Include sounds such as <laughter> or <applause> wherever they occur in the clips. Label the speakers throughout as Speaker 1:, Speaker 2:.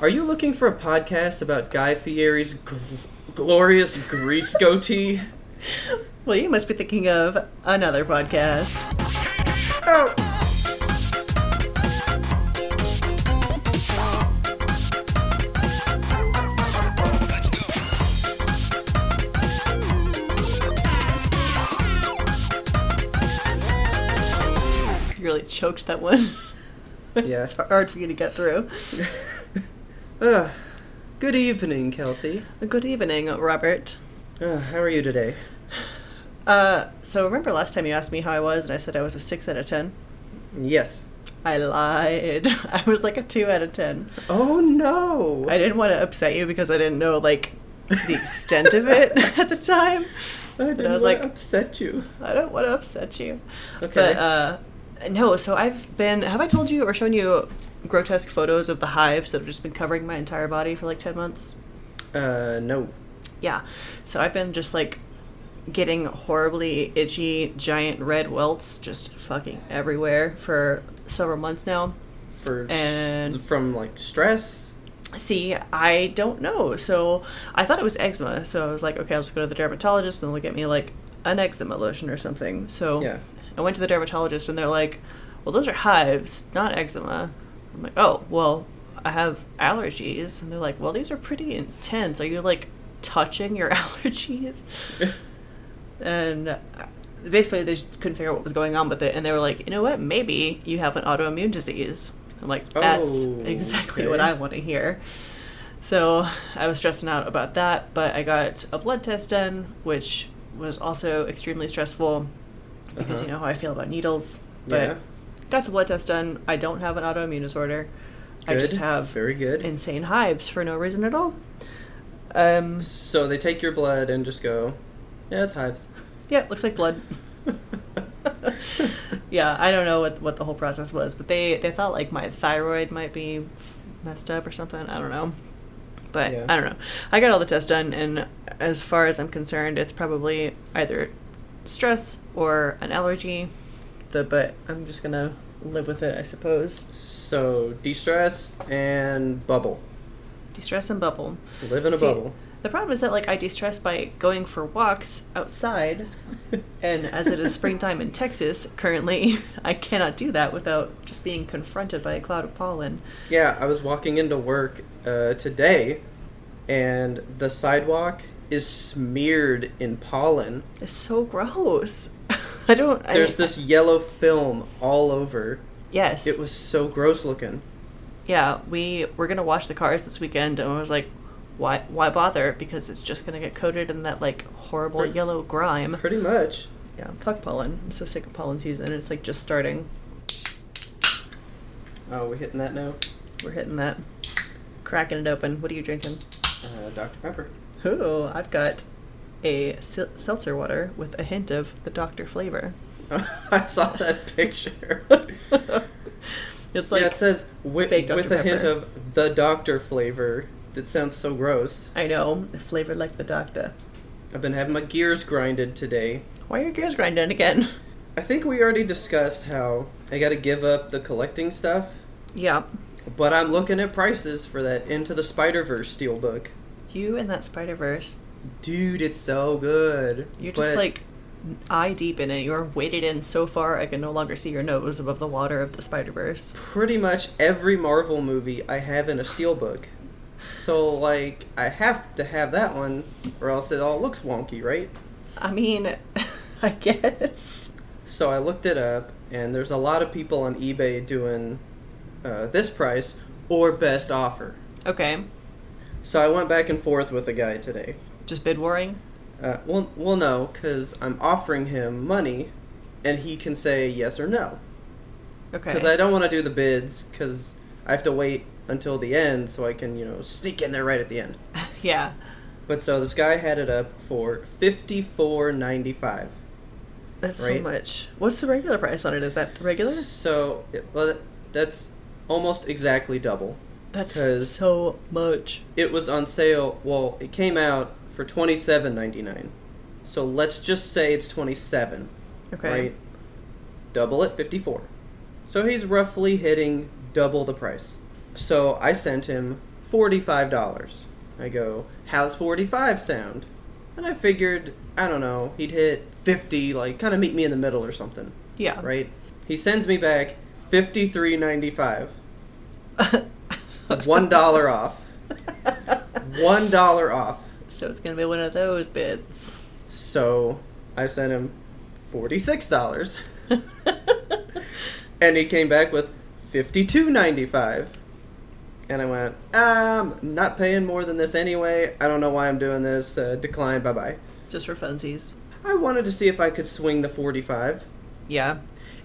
Speaker 1: Are you looking for a podcast about Guy Fieri's gl- glorious grease goatee?
Speaker 2: Well, you must be thinking of another podcast.
Speaker 1: Oh.
Speaker 2: You really choked that one. <laughs>
Speaker 1: Yeah.
Speaker 2: it's hard for you to get through.
Speaker 1: <laughs> Ugh. Good evening, Kelsey.
Speaker 2: Good evening, Robert.
Speaker 1: Ugh, how are you today?
Speaker 2: Uh, so remember last time you asked me how I was, and I said I was a six out of ten.
Speaker 1: Yes.
Speaker 2: I lied. <laughs> I was like a two out of ten.
Speaker 1: Oh no.
Speaker 2: I didn't want to upset you because I didn't know like the extent of
Speaker 1: <laughs>
Speaker 2: it <laughs> at the time.
Speaker 1: I didn't
Speaker 2: was
Speaker 1: wanna
Speaker 2: like-
Speaker 1: upset you.
Speaker 2: I don't want to upset you.
Speaker 1: Okay.
Speaker 2: But uh, no, so I've been. Have I told you or shown you grotesque photos of the hives that have just been covering my entire body for like ten months?
Speaker 1: Uh, no.
Speaker 2: Yeah. So I've been just like getting horribly itchy, giant red welts just fucking everywhere for several months now.
Speaker 1: For s-
Speaker 2: And-
Speaker 1: from like stress.
Speaker 2: See, I don't know. So I thought it was eczema. So I was like, okay, I'll just go to the dermatologist and they'll get me like an eczema lotion or something. So
Speaker 1: Yeah.
Speaker 2: I went to the dermatologist and they're like, well, those are hives, not eczema. I'm like, oh, well, I have allergies. And they're like, well, these are pretty intense. Are you like touching your <laughs> allergies? and uh, basically they just couldn't figure out what was going on with it and they were like you know what maybe you have an autoimmune disease i'm like that's
Speaker 1: Oh,
Speaker 2: exactly
Speaker 1: okay.
Speaker 2: what i want to hear so i was stressing out about that but i got a blood test done which was also extremely stressful because
Speaker 1: Uh-huh.
Speaker 2: you know how i feel about needles but
Speaker 1: Yeah.
Speaker 2: got the blood test done i don't have an autoimmune disorder i
Speaker 1: Good.
Speaker 2: just have
Speaker 1: very good.
Speaker 2: insane hives for no reason at all um
Speaker 1: so they take your blood and just go. Yeah, it's <laughs> hives.
Speaker 2: yeah it looks like blood <laughs> yeah, I don't know what what the whole process was, but they they thought like my thyroid might be messed up or something. I don't know, but
Speaker 1: Yeah.
Speaker 2: I don't know. I got all the tests done, and as far as I'm concerned, it's probably either stress or an allergy. The but I'm just gonna live with it, I suppose.
Speaker 1: So de-stress and bubble.
Speaker 2: De-stress and bubble.
Speaker 1: Live in a
Speaker 2: See,
Speaker 1: bubble.
Speaker 2: The problem is that like I de-stress by going for walks outside, <laughs> and as it is springtime in Texas currently, <laughs> I cannot do that without just being confronted by a cloud of pollen.
Speaker 1: <laughs> Yeah, I was walking into work uh, today, and the sidewalk is smeared in pollen.
Speaker 2: It's so gross. <laughs> I don't. I-
Speaker 1: There's this yellow film all over.
Speaker 2: Yes.
Speaker 1: It was so gross looking.
Speaker 2: yeah, we were gonna wash the cars this weekend, and I was like, why? Why bother? Because it's just gonna get coated in that like horrible
Speaker 1: Pretty-
Speaker 2: yellow grime.
Speaker 1: Pretty much.
Speaker 2: Yeah. Fuck pollen. I'm so sick of pollen season. It's like just starting.
Speaker 1: Oh, we hitting that now?
Speaker 2: We're hitting that, cracking it open. What are you drinking?
Speaker 1: Uh, Dr. Pepper. <laughs>
Speaker 2: Oh, I've got a sil- seltzer water with a hint of the doctor flavor.
Speaker 1: I saw that
Speaker 2: <laughs>
Speaker 1: picture.
Speaker 2: it's like
Speaker 1: yeah, it says with,
Speaker 2: fake Dr.
Speaker 1: with a hint
Speaker 2: Pepper.
Speaker 1: of the doctor flavor. That sounds so gross.
Speaker 2: I know, flavored like the doctor.
Speaker 1: I've been having my gears grinded today.
Speaker 2: Why are your gears grinding again? <laughs>
Speaker 1: I think we already discussed how I gotta give up the collecting stuff,
Speaker 2: Yeah,
Speaker 1: but I'm looking at prices for that Into the Spider Verse steelbook.
Speaker 2: you and that Spider Verse.
Speaker 1: Dude, it's so good.
Speaker 2: You're just
Speaker 1: But-
Speaker 2: like eye deep in it. You're weighted in so far I can no longer see your nose above the water of the Spider Verse.
Speaker 1: pretty much every Marvel movie I have in a steelbook. So like I have to have that one or else it all looks wonky, right?
Speaker 2: I mean, <laughs> I guess.
Speaker 1: So I looked it up and there's a lot of people on eBay doing uh, this price or best offer.
Speaker 2: Okay,
Speaker 1: So I went back and forth with a guy today.
Speaker 2: just bid warring.
Speaker 1: Uh, well, well, no, because I'm offering him money, and he can say yes or no.
Speaker 2: Okay.
Speaker 1: Because I don't want to do the bids, because I have to wait until the end so I can, you know, sneak in there right at the end.
Speaker 2: <laughs> yeah.
Speaker 1: But so this guy had it up for fifty four ninety five.
Speaker 2: That's
Speaker 1: Right.
Speaker 2: so much. What's the regular price on it? Is that regular?
Speaker 1: So, it, well, that's almost exactly double.
Speaker 2: That's
Speaker 1: 'Cause-
Speaker 2: so much.
Speaker 1: It was on sale. Well, it came out for twenty seven ninety nine. So let's just say it's twenty seven.
Speaker 2: Okay.
Speaker 1: right? Double at 54. So he's roughly hitting double the price. So I sent him forty-five dollars. I go, how's forty-five sound? And I figured, I don't know, he'd hit fifty, like kind of meet me in the middle or something,
Speaker 2: Yeah. <laughs>
Speaker 1: right? He sends me back fifty-three ninety-five, one dollar off, one dollar off.
Speaker 2: <laughs> so it's gonna be one of those bids.
Speaker 1: So I sent him forty-six dollars, and he came back with fifty-two ninety-five. And I went, um, not paying more than this anyway. I don't know why I'm doing this. Uh, decline. Bye bye.
Speaker 2: <laughs> Just for funsies.
Speaker 1: I wanted to see if I could swing the 45.
Speaker 2: Yeah.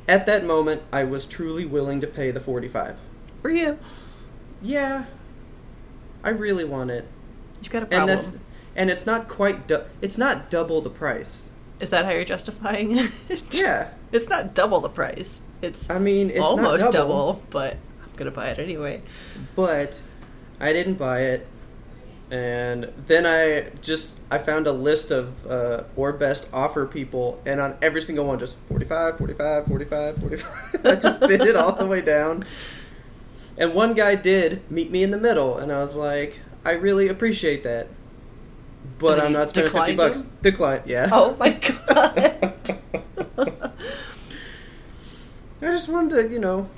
Speaker 1: At that moment, I was truly willing to pay the 45.
Speaker 2: Were you?
Speaker 1: Yeah, I really want it,
Speaker 2: You've got a
Speaker 1: and
Speaker 2: problem.
Speaker 1: that's and it's not quite. Du- it's not double the price.
Speaker 2: Is that how you're justifying <laughs> it?
Speaker 1: Yeah,
Speaker 2: It's not double the price. It's
Speaker 1: I mean it's
Speaker 2: almost
Speaker 1: not
Speaker 2: double. but I'm gonna buy it anyway.
Speaker 1: but I didn't buy it. And then I just I found a list of uh, or best offer people, and on every single one, just 45, 45, 45, 45. <laughs> I just bid it all the way down. And one guy did meet me in the middle, and I was like, I really appreciate that,
Speaker 2: And
Speaker 1: but
Speaker 2: then
Speaker 1: I'm
Speaker 2: you
Speaker 1: not spending fifty
Speaker 2: declined
Speaker 1: bucks.
Speaker 2: him?
Speaker 1: Decline, yeah.
Speaker 2: Oh my
Speaker 1: <laughs>
Speaker 2: <laughs> god.
Speaker 1: I just wanted to, you know,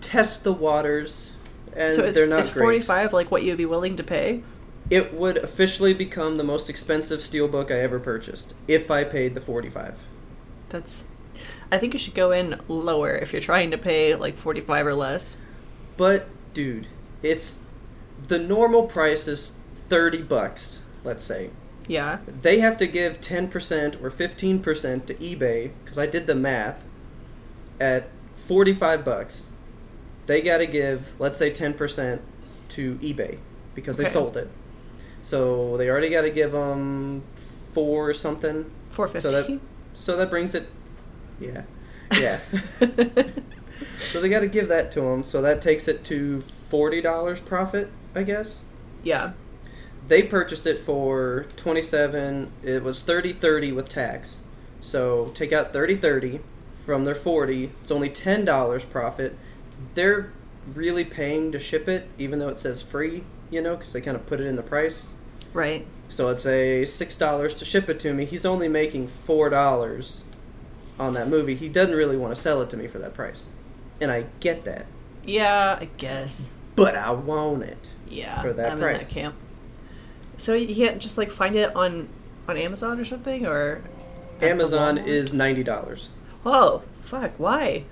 Speaker 1: test the waters, and
Speaker 2: so is,
Speaker 1: they're not
Speaker 2: is
Speaker 1: great.
Speaker 2: 45 like what you'd be willing to pay?
Speaker 1: It would officially become the most expensive steelbook I ever purchased if I paid the 45.
Speaker 2: That's. I think you should go in lower if you're trying to pay like 45 or less.
Speaker 1: But dude, it's the normal price is 30 bucks, let's say.
Speaker 2: Yeah.
Speaker 1: They have to give 10% or 15% to eBay cuz I did the math at 45 bucks. They got to give, let's say 10% to eBay because they
Speaker 2: Okay.
Speaker 1: sold it. So they already got to give them 4 something
Speaker 2: 450.
Speaker 1: So that so that brings it, yeah, yeah. so they got to give that to them. So that takes it to forty dollars profit, I guess.
Speaker 2: <laughs> yeah.
Speaker 1: They purchased it for twenty seven. It was thirty thirty with tax. So take out thirty thirty from their forty. It's only ten dollars profit. They're really paying to ship it, even though it says free. You know, because they kind of put it in the price.
Speaker 2: Right.
Speaker 1: So let's say six dollars to ship it to me. He's only making four dollars on that movie. He doesn't really want to sell it to me for that price, and I get that,
Speaker 2: Yeah, I guess.
Speaker 1: but I want it.
Speaker 2: Yeah.
Speaker 1: for that
Speaker 2: I'm in
Speaker 1: price.
Speaker 2: that camp. So you can't just like find it on on Amazon or something or at the
Speaker 1: Amazon
Speaker 2: Walmart?
Speaker 1: is ninety dollars
Speaker 2: Oh, fuck. Why?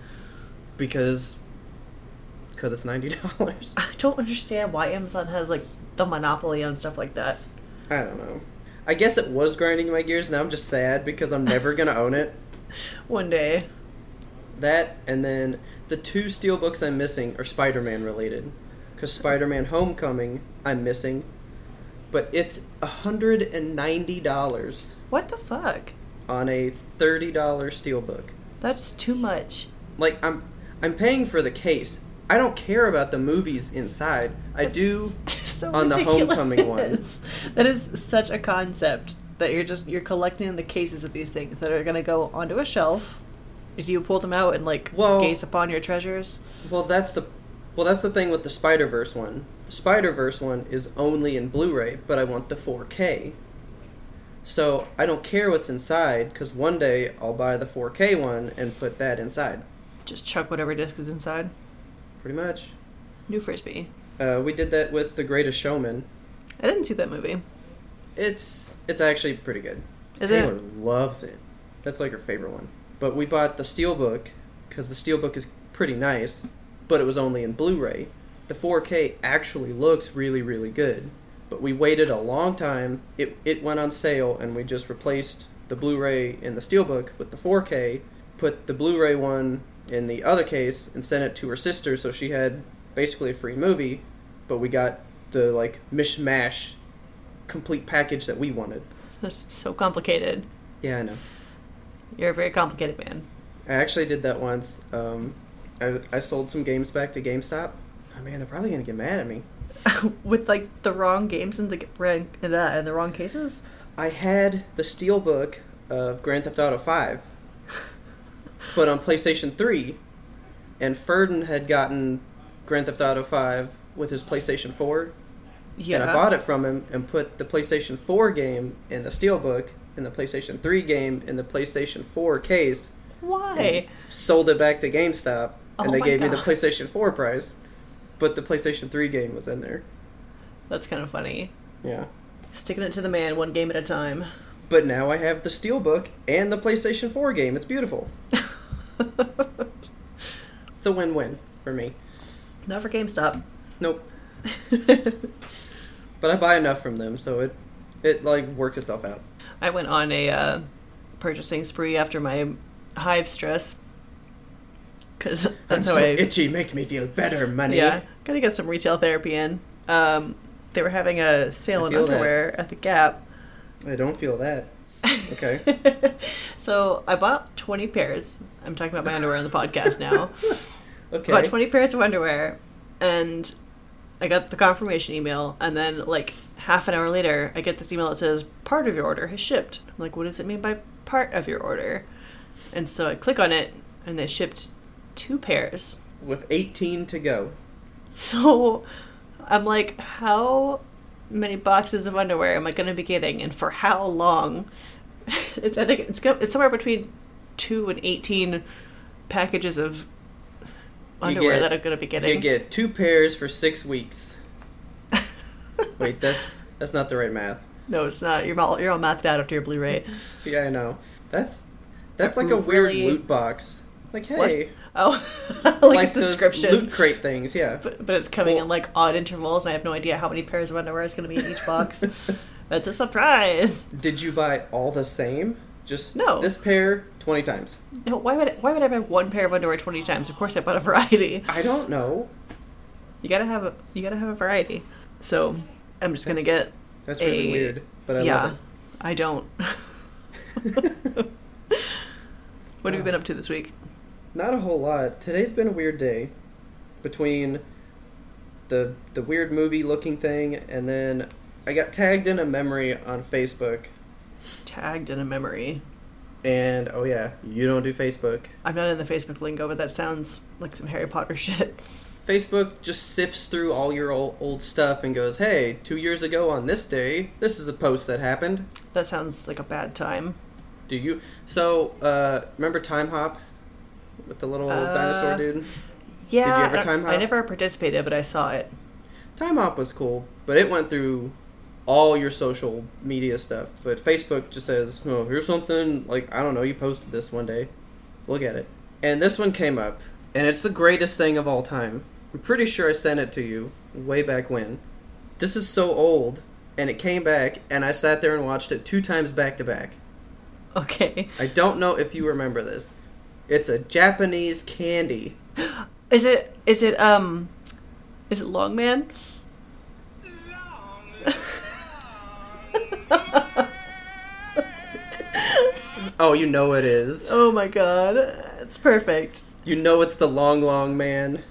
Speaker 1: because because it's ninety <laughs> dollars.
Speaker 2: I don't understand why Amazon has like the monopoly on stuff like that.
Speaker 1: I don't know. I guess it was grinding my gears. Now I'm just sad because I'm never gonna own it.
Speaker 2: One day.
Speaker 1: That and then the two steel books I'm missing are Spider-Man related, because Spider-Man: Homecoming I'm missing, but it's hundred and ninety dollars
Speaker 2: What the fuck?
Speaker 1: on a thirty dollar steel book.
Speaker 2: That's too much.
Speaker 1: Like I'm, I'm paying for the case. I don't care about the movies inside. I
Speaker 2: That's
Speaker 1: do.
Speaker 2: <laughs> so
Speaker 1: on the
Speaker 2: ridiculous.
Speaker 1: homecoming one.
Speaker 2: That is such a concept that you're just you're collecting the cases of these things that are gonna go onto a shelf. Do you pull them out and like
Speaker 1: Well-
Speaker 2: gaze upon your treasures?
Speaker 1: Well, that's the, well that's the thing with the Spider Verse one. The Spider Verse one is only in Blu-ray, but I want the 4K. So I don't care what's inside, because one day I'll buy the 4K one and put that inside.
Speaker 2: Just chuck whatever disc is inside.
Speaker 1: Pretty much.
Speaker 2: New frisbee.
Speaker 1: Uh, we did that with The Greatest Showman.
Speaker 2: I didn't see that movie.
Speaker 1: It's it's actually pretty good.
Speaker 2: Is
Speaker 1: Taylor
Speaker 2: it?
Speaker 1: loves it. That's like her favorite one. But we bought the steelbook because the steelbook is pretty nice, but it was only in Blu-ray. The 4K actually looks really really good, but we waited a long time. It it went on sale and we just replaced the Blu-ray in the steelbook with the 4K, put the Blu-ray one in the other case and sent it to her sister so she had basically a free movie, but we got the like mishmash complete package that we wanted.
Speaker 2: That's so complicated.
Speaker 1: Yeah, I know.
Speaker 2: You're a very complicated
Speaker 1: <laughs>
Speaker 2: man.
Speaker 1: I actually did that once. Um, I, I sold some games back to GameStop. Oh man, they're probably gonna get mad at me.
Speaker 2: With like the wrong games in the in the, in the wrong cases.
Speaker 1: I had the steelbook of Grand Theft Auto Five, but on PlayStation Three, and Ferdin had gotten Grand Theft Auto Five with his PlayStation Four, And I
Speaker 2: Yeah.
Speaker 1: bought it from him and put the PlayStation 4 game in the Steelbook and the PlayStation 3 game in the PlayStation 4 case.
Speaker 2: Why?
Speaker 1: Sold it back to GameStop and
Speaker 2: Oh
Speaker 1: they
Speaker 2: my
Speaker 1: gave me the
Speaker 2: God.
Speaker 1: PlayStation 4 price, but the PlayStation 3 game was in there.
Speaker 2: That's kind of funny.
Speaker 1: Yeah.
Speaker 2: Sticking it to the man one game at a time.
Speaker 1: But now I have the Steelbook and the PlayStation 4 game. It's beautiful. It's a win win for me.
Speaker 2: <laughs> Not for GameStop.
Speaker 1: Nope. But I buy enough from them, so it it like works itself out.
Speaker 2: I went on a uh, purchasing spree after my hive stress.
Speaker 1: <laughs>
Speaker 2: Because
Speaker 1: I'm
Speaker 2: that's how
Speaker 1: so
Speaker 2: I.
Speaker 1: itchy, make me feel better, money.
Speaker 2: Yeah, gotta get some retail therapy in. Um, they were having a sale
Speaker 1: I
Speaker 2: on
Speaker 1: feel that.
Speaker 2: underwear at the Gap.
Speaker 1: I don't feel
Speaker 2: <laughs>
Speaker 1: that. Okay.
Speaker 2: so I bought 20 pairs. I'm talking about my underwear on the
Speaker 1: <laughs>
Speaker 2: podcast now.
Speaker 1: Okay.
Speaker 2: About 20 pairs of underwear, and I got the confirmation email, and then like half an hour later, I get this email that says part of your order has shipped. I'm like, what does it mean by part of your order? And so I click on it, and they shipped two pairs. <laughs>
Speaker 1: With 18 to go.
Speaker 2: So I'm like, how many boxes of underwear am I going to be getting, and for how long? <laughs> It's I think it's gonna, it's somewhere between two and eighteen packages of underwear
Speaker 1: get-
Speaker 2: that I'm going to be getting.
Speaker 1: You get two pairs for six
Speaker 2: <laughs>
Speaker 1: weeks. Wait, that's that's not the right math.
Speaker 2: no, it's not. You're all you're all mathed out after your Blu-ray.
Speaker 1: Yeah, I know. That's that's like a
Speaker 2: Really?
Speaker 1: weird loot box. Like, hey,
Speaker 2: What? Oh, <laughs> like, a
Speaker 1: those
Speaker 2: subscription.
Speaker 1: loot crate things. Yeah.
Speaker 2: but, but it's coming
Speaker 1: Well-
Speaker 2: in like odd intervals, and I have no idea how many pairs of underwear is going to be in each
Speaker 1: <laughs>
Speaker 2: box. That's a surprise.
Speaker 1: Did you buy all the same? Just
Speaker 2: No.
Speaker 1: This pair twenty times.
Speaker 2: No, why would why would I buy one pair of underwear twenty times? Of course, I bought a variety.
Speaker 1: I don't know.
Speaker 2: You gotta have a, you gotta have a variety. So I'm just gonna
Speaker 1: That's-
Speaker 2: get
Speaker 1: That's really
Speaker 2: a-
Speaker 1: weird, but I
Speaker 2: yeah.
Speaker 1: love
Speaker 2: I don't. <laughs>
Speaker 1: it. <laughs>
Speaker 2: What have you been up to this week?
Speaker 1: Not a whole lot. Today's been a weird day. Between the the weird movie looking thing and then I got tagged in a memory on Facebook
Speaker 2: Tagged in a memory.
Speaker 1: and oh yeah, you don't do Facebook.
Speaker 2: I'm not in the Facebook lingo, but that sounds like some Harry Potter <laughs> shit.
Speaker 1: Facebook just sifts through all your old, old stuff and goes, "Hey, 2 years ago on this day, this is a post that happened.
Speaker 2: That sounds like a bad time.
Speaker 1: Do you So, uh remember Time Hop with the little
Speaker 2: Uh,
Speaker 1: dinosaur dude?
Speaker 2: Yeah,
Speaker 1: you ever
Speaker 2: I don't-
Speaker 1: time
Speaker 2: I
Speaker 1: hop?
Speaker 2: never participated, but I saw it. <laughs>
Speaker 1: Time Hop was cool, but it went through all your social media stuff. But Facebook just says, oh, here's something, like, I don't know, you posted this one day. Look at it. And this one came up, and it's the greatest thing of all time. I'm pretty sure I sent it to you way back when. This is so old, and it came back, and I sat there and watched it two times back to back.
Speaker 2: Okay,
Speaker 1: I don't know if you remember this. It's a Japanese candy.
Speaker 2: is it is it um, is it Longman?
Speaker 1: <laughs> Oh, you know it is.
Speaker 2: Oh my god, it's perfect.
Speaker 1: You know it's the long, long man.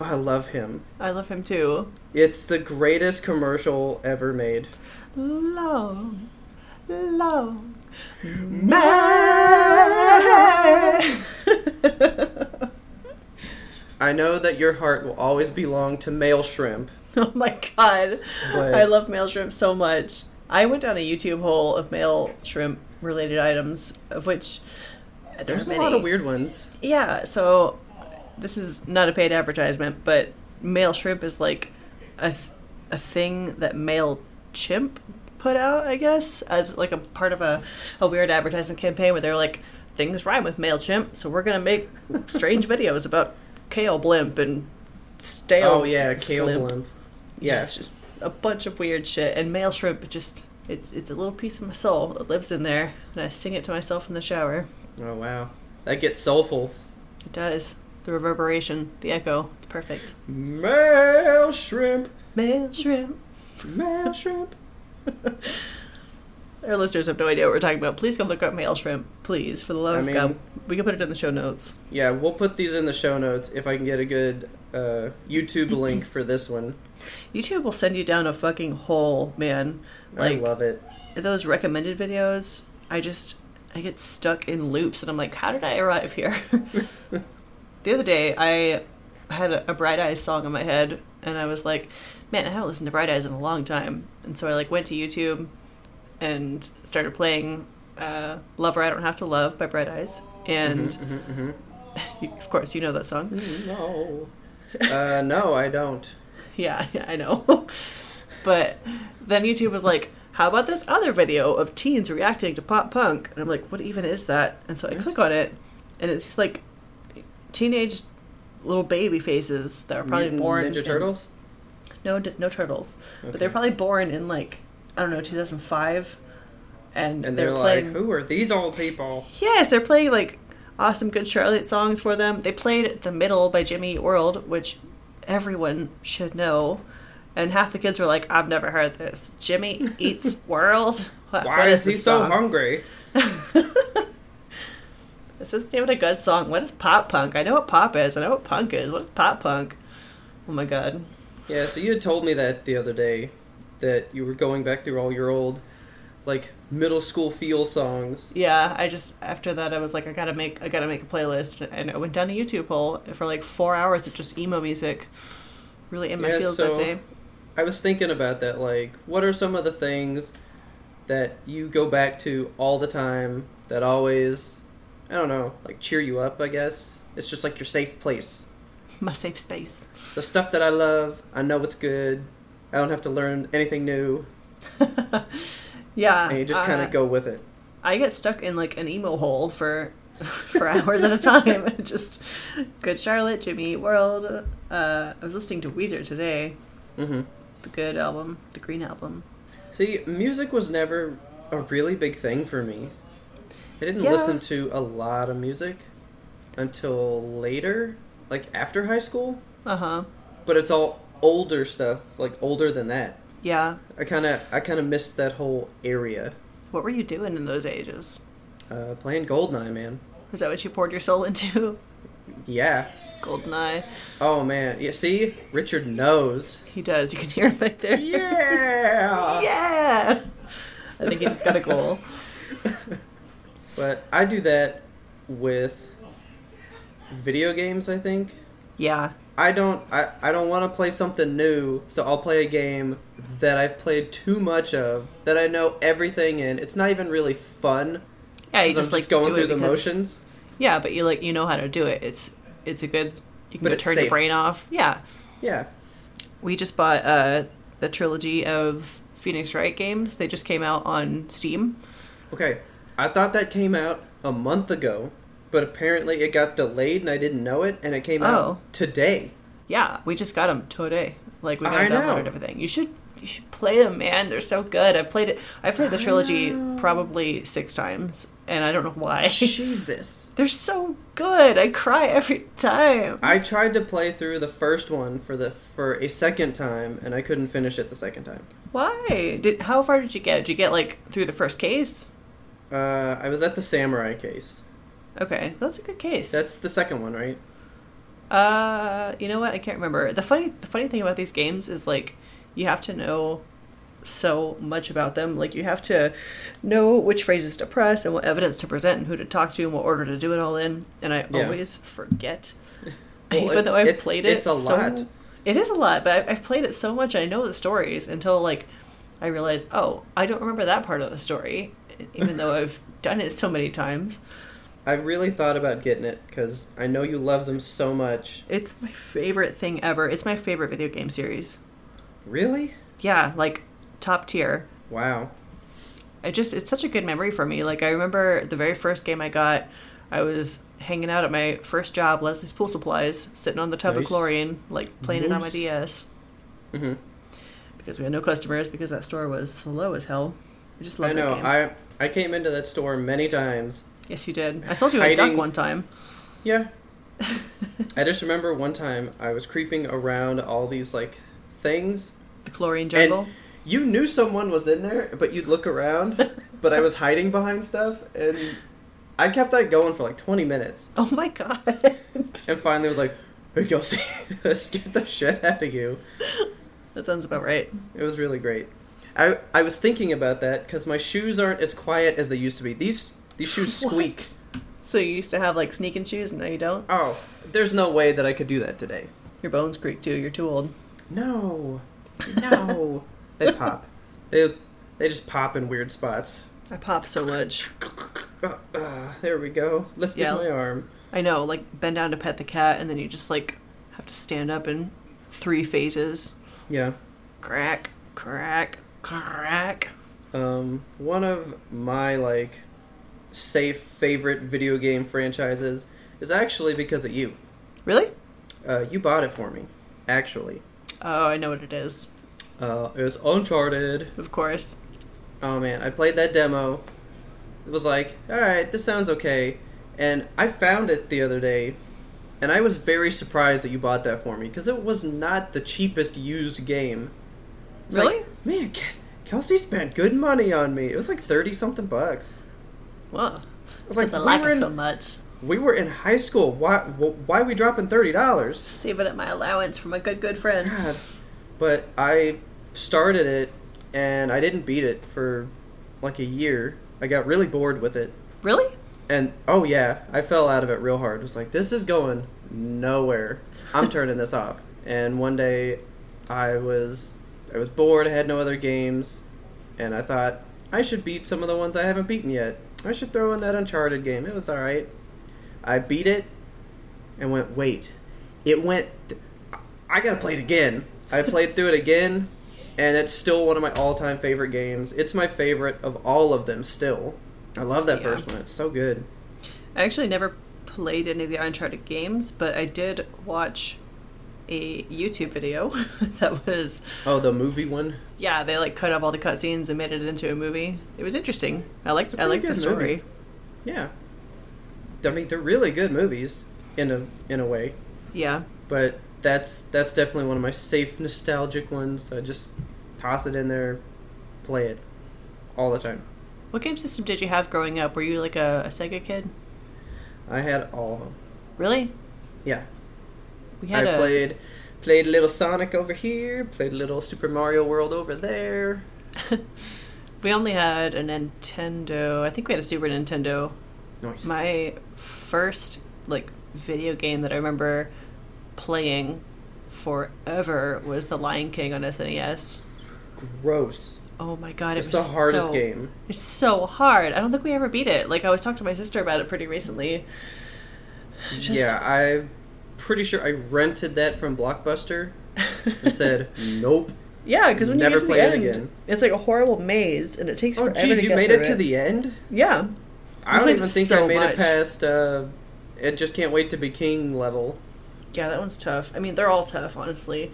Speaker 1: Oh, I love him.
Speaker 2: I love him too.
Speaker 1: It's the greatest commercial ever made.
Speaker 2: long, long man. <laughs>
Speaker 1: I know that your heart will always belong to male shrimp.
Speaker 2: <laughs> oh my god,
Speaker 1: But-
Speaker 2: I love male shrimp so much. I went down a YouTube hole of male shrimp related items, of which
Speaker 1: There's
Speaker 2: there's
Speaker 1: a lot of weird ones.
Speaker 2: Yeah, so this is not a paid advertisement, but male shrimp is like a th- a thing that male chimp put out, I guess, as like a part of a, a weird advertisement campaign where they're like things rhyme with male chimp, so we're gonna
Speaker 1: <laughs>
Speaker 2: make strange videos about kale blimp and stale.
Speaker 1: Oh yeah, kale
Speaker 2: flimp.
Speaker 1: blimp.
Speaker 2: Yeah,
Speaker 1: Yeah,
Speaker 2: it's just a bunch of weird shit, and male shrimp just. It's, it's a little piece of my soul that lives in there, and I sing it to myself in the shower.
Speaker 1: Oh wow, that gets soulful.
Speaker 2: It does. The reverberation, the echo. It's perfect.
Speaker 1: Male shrimp,
Speaker 2: Male shrimp. <laughs>
Speaker 1: male shrimp.
Speaker 2: Our listeners have no idea what we're talking about. Please go look up male shrimp, please, for the love
Speaker 1: I
Speaker 2: of
Speaker 1: mean-
Speaker 2: God. We can put it in the show notes.
Speaker 1: Yeah, we'll put these in the show notes if I can get a good uh, YouTube link for this one.
Speaker 2: YouTube will send you down a fucking hole, man. Like
Speaker 1: I love it.
Speaker 2: those recommended videos, I just I get stuck in loops, and I'm like, how did I <laughs> arrive here? the other day, I had a, a bright eyes song in my head, and I was like, man, I haven't listened to Bright Eyes in a long time. And so I like went to YouTube and started playing uh, Lover I Don't Have to Love by Bright Eyes. And
Speaker 1: Mhm, mhm,
Speaker 2: you- <laughs> of course, you know that song.
Speaker 1: mhm. no, uh, no, I don't.
Speaker 2: Yeah, <laughs> yeah, I know. but then YouTube was like, how about this other video of teens reacting to pop punk? And I'm like, what even is that? And so I
Speaker 1: Yes.
Speaker 2: click on it, and it's just like teenage little baby faces that are probably
Speaker 1: Mutant
Speaker 2: born
Speaker 1: Ninja
Speaker 2: in-
Speaker 1: Turtles.
Speaker 2: no, d- no turtles. But they're
Speaker 1: Okay.
Speaker 2: probably born in like I don't know 2005, and,
Speaker 1: and
Speaker 2: they're,
Speaker 1: they're, like,
Speaker 2: playing.
Speaker 1: who are these old people?
Speaker 2: Yes, they're playing like awesome good Charlotte songs for them. They played The Middle by Jimmy Eat World, which everyone should know. And half the kids were like, I've never heard this.
Speaker 1: <laughs>
Speaker 2: Jimmy Eats World? What,
Speaker 1: Why
Speaker 2: what
Speaker 1: is he
Speaker 2: this
Speaker 1: so
Speaker 2: song?
Speaker 1: hungry?
Speaker 2: <laughs> This isn't even a good song. What is pop punk? I know what pop is. I know what punk is. What is pop punk? Oh my god.
Speaker 1: Yeah, so you had told me that the other day that you were going back through all your old like middle school feel songs.
Speaker 2: yeah i just after that i was like i gotta make i gotta make a playlist and i went down a youtube hole for like four hours of just emo music really in my
Speaker 1: Yeah,
Speaker 2: feels
Speaker 1: so-
Speaker 2: that day
Speaker 1: I was thinking about that like what are some of the things that you go back to all the time that always I don't know, like cheer you up, I guess. It's just like your safe place.
Speaker 2: my safe space <laughs>
Speaker 1: The stuff that I love, I know it's good. I don't have to learn anything new,
Speaker 2: yeah
Speaker 1: and you just kind
Speaker 2: uh,
Speaker 1: of go with it.
Speaker 2: i get stuck in like an emo hole for <laughs> for hours at a time <laughs> just good charlotte jimmy Eat world uh i was listening to weezer today
Speaker 1: Mm-hmm.
Speaker 2: the good album the green album
Speaker 1: See, music was never a really big thing for me. I didn't
Speaker 2: Yeah.
Speaker 1: listen to a lot of music until later, like after high school,
Speaker 2: uh-huh
Speaker 1: but it's all older stuff, like older than that.
Speaker 2: yeah
Speaker 1: I kind of I kind of missed that whole area.
Speaker 2: what were you doing in those ages
Speaker 1: Uh, playing Goldeneye, man.
Speaker 2: was that what you poured your soul <laughs> into
Speaker 1: Yeah.
Speaker 2: goldeneye
Speaker 1: Oh man. Yeah, see, Richard <laughs> knows.
Speaker 2: He does. You can hear him back there.
Speaker 1: Yeah.
Speaker 2: <laughs> yeah. I think he just got a goal.
Speaker 1: But I do that with video games, I think.
Speaker 2: Yeah.
Speaker 1: I don't I, I don't want to play something new, so I'll play a game that I've played too much of, that I know everything in. It's not even really fun.
Speaker 2: Yeah. You
Speaker 1: 'cause I'm
Speaker 2: just like
Speaker 1: just going
Speaker 2: do it
Speaker 1: through the
Speaker 2: because-
Speaker 1: motions.
Speaker 2: Yeah, but you like you know how to do it. It's it's a good. You can
Speaker 1: But
Speaker 2: go
Speaker 1: it's
Speaker 2: turn
Speaker 1: safe.
Speaker 2: your brain off. Yeah.
Speaker 1: Yeah.
Speaker 2: We just bought uh the trilogy of Phoenix Wright games. They just came out on Steam.
Speaker 1: Okay. I thought that came out a month ago, but apparently it got delayed and I didn't know it, and it came
Speaker 2: Oh.
Speaker 1: out
Speaker 2: <laughs>
Speaker 1: today.
Speaker 2: Yeah, we just got them today. Like we got
Speaker 1: I
Speaker 2: them
Speaker 1: know.
Speaker 2: downloaded everything. You should you should play them, man. They're so good. I've played it. I've played the
Speaker 1: I
Speaker 2: trilogy
Speaker 1: know.
Speaker 2: probably six times, and I don't know
Speaker 1: <laughs>
Speaker 2: why.
Speaker 1: Jesus.
Speaker 2: They're so good. I cry every time.
Speaker 1: I tried to play through the first one for the for a second time, and I couldn't finish it the second time.
Speaker 2: Why? Did how far did you get? Did you get like through the first case?
Speaker 1: Uh, I was at the samurai case.
Speaker 2: Okay, that's a good case.
Speaker 1: That's the second one, right?
Speaker 2: uh, you know what? I can't remember. The funny the funny thing about these games is like you have to know so much about them. Like you have to know which phrases to press and what evidence to present and who to talk to and what order to do it all in. And I
Speaker 1: Yeah.
Speaker 2: always forget.
Speaker 1: Well,
Speaker 2: Even
Speaker 1: it-
Speaker 2: though I've
Speaker 1: it's-
Speaker 2: played it,
Speaker 1: it's a
Speaker 2: so-
Speaker 1: lot.
Speaker 2: It is a lot, but I, I've played it so much. I know the stories until like I realize, oh, I don't remember that part of the story,
Speaker 1: <laughs>
Speaker 2: even though I've done it so many times.
Speaker 1: I really thought about getting it because I know you love them so much.
Speaker 2: It's my favorite thing ever. It's my favorite video game series.
Speaker 1: Really?
Speaker 2: Yeah, like top tier.
Speaker 1: Wow.
Speaker 2: I just it's such a good memory for me. Like I remember the very first game I got, I was hanging out at my first job, Leslie's Pool Supplies, sitting on the tub of
Speaker 1: Nice.
Speaker 2: chlorine, like playing it on my
Speaker 1: Nice.
Speaker 2: DS
Speaker 1: hmm
Speaker 2: because we had no customers because that store was slow as hell. I just love
Speaker 1: I
Speaker 2: that
Speaker 1: know.
Speaker 2: game.
Speaker 1: I I came into that store many times.
Speaker 2: Yes, you did. I sold you a duck
Speaker 1: Hiding- <laughs>
Speaker 2: one time.
Speaker 1: Yeah. I just remember one time I was creeping around all these like things,
Speaker 2: The chlorine jungle.
Speaker 1: and you knew someone was in there, but you'd look
Speaker 2: <laughs>
Speaker 1: around, but I was hiding behind stuff, and I kept that going for like twenty minutes,
Speaker 2: oh my god. <laughs>
Speaker 1: and finally was like, "Hey, Kelsey, <laughs> I scared the shit out of you."
Speaker 2: that sounds about right.
Speaker 1: It was really great. I I was thinking about that because my shoes aren't as quiet as they used to be. These these shoes <laughs>
Speaker 2: What?
Speaker 1: squeak.
Speaker 2: So you used to have like sneaking shoes and now you don't?
Speaker 1: Oh, there's no way that I could do that today.
Speaker 2: Your bones creak too. You're too old.
Speaker 1: no, no. <laughs> they pop. They they just pop in weird spots.
Speaker 2: I pop so much.
Speaker 1: Uh, uh, there we go. Lifted
Speaker 2: Yeah.
Speaker 1: my arm.
Speaker 2: I know, like bend down to pet the cat, and then you just like have to stand up in three phases.
Speaker 1: Yeah.
Speaker 2: Crack, crack, crack.
Speaker 1: Um, one of my like safe favorite video game franchises is actually because of you.
Speaker 2: Really?
Speaker 1: Uh, you bought it for me, actually.
Speaker 2: Oh, I know what it is.
Speaker 1: Uh, it was Uncharted.
Speaker 2: Of course.
Speaker 1: Oh man, I played that demo. It was like, all right, this sounds okay. And I found it the other day, and I was very surprised that you bought that for me because it was not the cheapest used game. It's like,
Speaker 2: Really?
Speaker 1: man, Ke- Kelsey spent good money on me. It was like thirty something bucks.
Speaker 2: Whoa.
Speaker 1: was like,
Speaker 2: Because I
Speaker 1: we
Speaker 2: like
Speaker 1: were
Speaker 2: it
Speaker 1: in-
Speaker 2: so much.
Speaker 1: We were in high school. Why? wh- Why we dropping thirty dollars?
Speaker 2: Save it at my allowance from a good, good friend.
Speaker 1: God. But I started it, and I didn't beat it for like a year. I got really bored with it.
Speaker 2: Really?
Speaker 1: And oh yeah, I fell out of it real hard. It was like this is going nowhere. I'm turning this off. And one day, I was I was bored. I had no other games, and I thought I should beat some of the ones I haven't beaten yet. I should throw in that Uncharted game. It was all right. I beat it, and went wait, it went. I gotta play it again. I played through it again, and it's still one of my all-time favorite games. It's my favorite of all of them. Still, I love that
Speaker 2: Yeah.
Speaker 1: first one. It's so good.
Speaker 2: I actually never played any of the Uncharted games, but I did watch a YouTube video <laughs> that was,
Speaker 1: Oh, the movie one.
Speaker 2: yeah, they like cut up all the cutscenes and made it into a movie. It was interesting. I liked,
Speaker 1: a
Speaker 2: I
Speaker 1: pretty
Speaker 2: liked the
Speaker 1: good
Speaker 2: story.
Speaker 1: movie. Yeah, I mean they're really good movies in a in a way,
Speaker 2: Yeah.
Speaker 1: but that's that's definitely one of my safe nostalgic ones. I just toss it in there, play it all the time.
Speaker 2: What game system did you have growing up? Were you like a, a Sega kid?
Speaker 1: I had all of them.
Speaker 2: Really?
Speaker 1: Yeah,
Speaker 2: We
Speaker 1: I
Speaker 2: had a
Speaker 1: played played a little Sonic over here, played a little Super Mario World over there.
Speaker 2: we only had a Nintendo. I think we had a Super Nintendo.
Speaker 1: Nice.
Speaker 2: My first like video game that I remember playing forever was The Lion King on SNES.
Speaker 1: Gross.
Speaker 2: Oh my god, it
Speaker 1: It's the
Speaker 2: was
Speaker 1: hardest
Speaker 2: so-
Speaker 1: game.
Speaker 2: It's so hard. I don't think we ever beat it. Like I was talking to my sister about it pretty recently. Just-
Speaker 1: Yeah, I'm pretty sure I rented that from Blockbuster and said, "Nope."
Speaker 2: <laughs> Yeah, because when
Speaker 1: Never
Speaker 2: you get to
Speaker 1: played
Speaker 2: the
Speaker 1: it
Speaker 2: end,
Speaker 1: again.
Speaker 2: it's like a horrible maze, and it takes
Speaker 1: Oh,
Speaker 2: forever
Speaker 1: jeez,
Speaker 2: to
Speaker 1: you
Speaker 2: get
Speaker 1: made
Speaker 2: through
Speaker 1: it to the end.
Speaker 2: yeah.
Speaker 1: I don't
Speaker 2: played
Speaker 1: even
Speaker 2: it
Speaker 1: think
Speaker 2: so
Speaker 1: I made
Speaker 2: much.
Speaker 1: it past. Uh, it just can't wait to be king level.
Speaker 2: Yeah, that one's tough. I mean, they're all tough, honestly.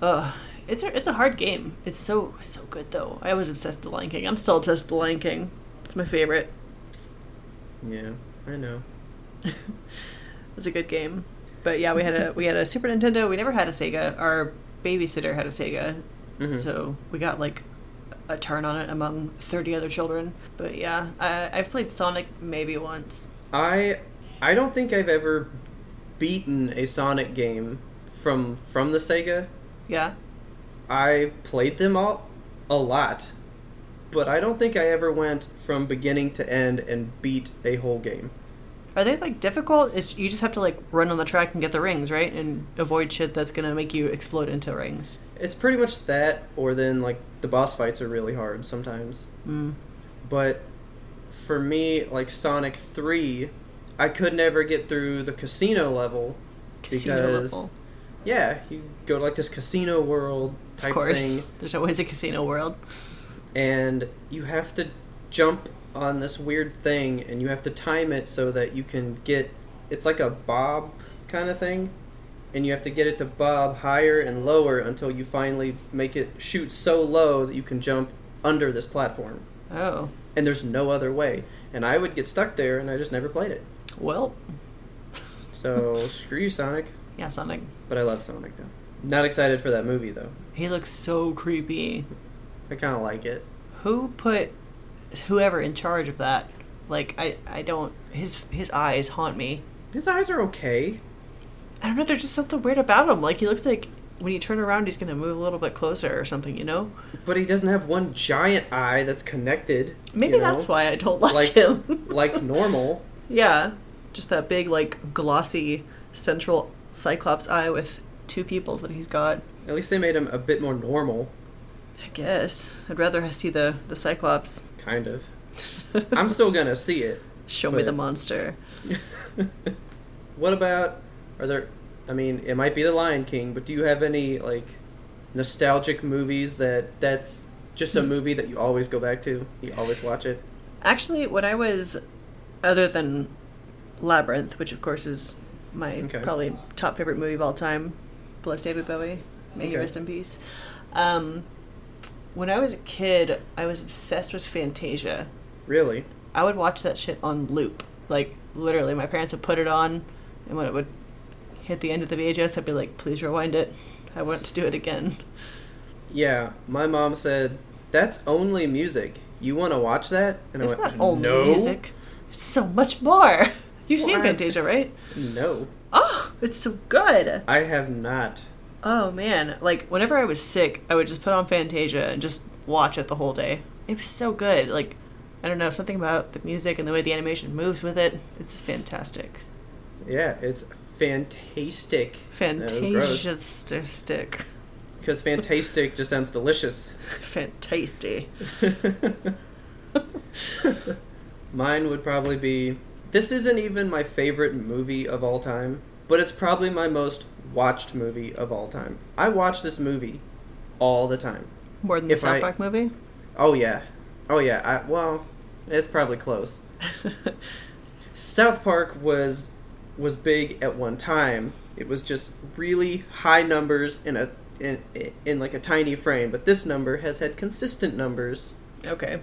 Speaker 2: Ugh. It's a, it's a hard game. It's so so good though. I was obsessed with The Lion King. I'm still obsessed with The Lion King. It's my favorite. <laughs>
Speaker 1: Yeah, I know.
Speaker 2: It's a good game. But yeah, we had a we had a Super Nintendo. We never had a Sega. Our babysitter had a Sega,
Speaker 1: Mhm.
Speaker 2: so we got like a turn on it among 30 other children. But yeah, I, I've played Sonic maybe once.
Speaker 1: I I don't think I've ever beaten a Sonic game from from the Sega.
Speaker 2: Yeah.
Speaker 1: I played them all a lot, but I don't think I ever went from beginning to end and beat a whole game.
Speaker 2: Are they like difficult? It's, you just have to like run on the track and get the rings, right? And avoid shit that's gonna make you explode into rings.
Speaker 1: It's pretty much that, or then like the boss fights are really hard sometimes.
Speaker 2: Mm.
Speaker 1: but for me like sonic 3 i could never get through the casino level
Speaker 2: Casino
Speaker 1: Because-
Speaker 2: level.
Speaker 1: yeah you go to like this casino world
Speaker 2: Of
Speaker 1: type
Speaker 2: course.
Speaker 1: thing
Speaker 2: <laughs> There's always a casino world.
Speaker 1: and you have to jump on this weird thing and you have to time it so that you can get it's like a bob kind of thing and you have to get it to bob higher and lower until you finally make it shoot so low that you can jump under this platform
Speaker 2: Oh.
Speaker 1: and there's no other way and i would get stuck there and i just never played it
Speaker 2: Well,
Speaker 1: So
Speaker 2: <laughs>
Speaker 1: screw you, Sonic.
Speaker 2: yeah, Sonic.
Speaker 1: But I love Sonic though. Not excited for that movie though.
Speaker 2: He looks so creepy.
Speaker 1: I kind of like it.
Speaker 2: Who put whoever in charge of that? Like I I don't his his eyes haunt me.
Speaker 1: His eyes are okay.
Speaker 2: I don't know, there's just something weird about him. Like he looks like when you turn around he's gonna move a little bit closer or something, you know?
Speaker 1: But he doesn't have one giant eye that's connected.
Speaker 2: Maybe
Speaker 1: you know?
Speaker 2: that's why I don't <laughs> like,
Speaker 1: Like- <laughs>
Speaker 2: him.
Speaker 1: like normal.
Speaker 2: Yeah. Just that big, like, glossy central Cyclops eye with two pupils that he's got.
Speaker 1: At least they made him a bit more normal,
Speaker 2: I guess. I'd rather I see the, the Cyclops. <laughs>
Speaker 1: kind of. I'm still gonna see it. <laughs>
Speaker 2: Show me
Speaker 1: but-
Speaker 2: the monster.
Speaker 1: what about? Are there? I mean, it might be The Lion King, but do you have any like nostalgic movies that that's just a movie that you always go back to? You always watch it.
Speaker 2: Actually, when I was, other than Labyrinth, which of course is my
Speaker 1: Okay.
Speaker 2: probably top favorite movie of all time, bless David Bowie, may he
Speaker 1: Okay.
Speaker 2: rest in peace. Um, when I was a kid, I was obsessed with Fantasia.
Speaker 1: Really?
Speaker 2: I would watch that shit on loop. Like literally, my parents would put it on, and when it would hit the end of the VHS, I'd be like, "Please rewind it. I want to do it again."
Speaker 1: Yeah. My mom said that's only music. You want to watch that? And
Speaker 2: it's not
Speaker 1: all
Speaker 2: only music. It's so much more. <laughs> You've seen
Speaker 1: What?
Speaker 2: Fantasia, right?
Speaker 1: No,
Speaker 2: Oh, it's so good.
Speaker 1: I have not.
Speaker 2: Oh man, like whenever I was sick, I would just put on Fantasia and just watch it the whole day. It was so good. Like I don't know, something about the music and the way the animation moves with it. It's fantastic.
Speaker 1: Yeah, it's fantastic.
Speaker 2: Fantasia stick.
Speaker 1: Because fantastic just sounds delicious. <laughs>
Speaker 2: Fantasty.
Speaker 1: Mine would probably be. This isn't even my favorite movie of all time, but it's probably my most watched movie of all time. I watch this movie all the time.
Speaker 2: <laughs> More than the
Speaker 1: If
Speaker 2: South
Speaker 1: I-
Speaker 2: Park movie?
Speaker 1: Oh yeah, oh yeah. I, well, it's probably close. South Park was was big at one time. It was just really high numbers in a in, in like a tiny frame, but this number has had consistent numbers
Speaker 2: <laughs> okay.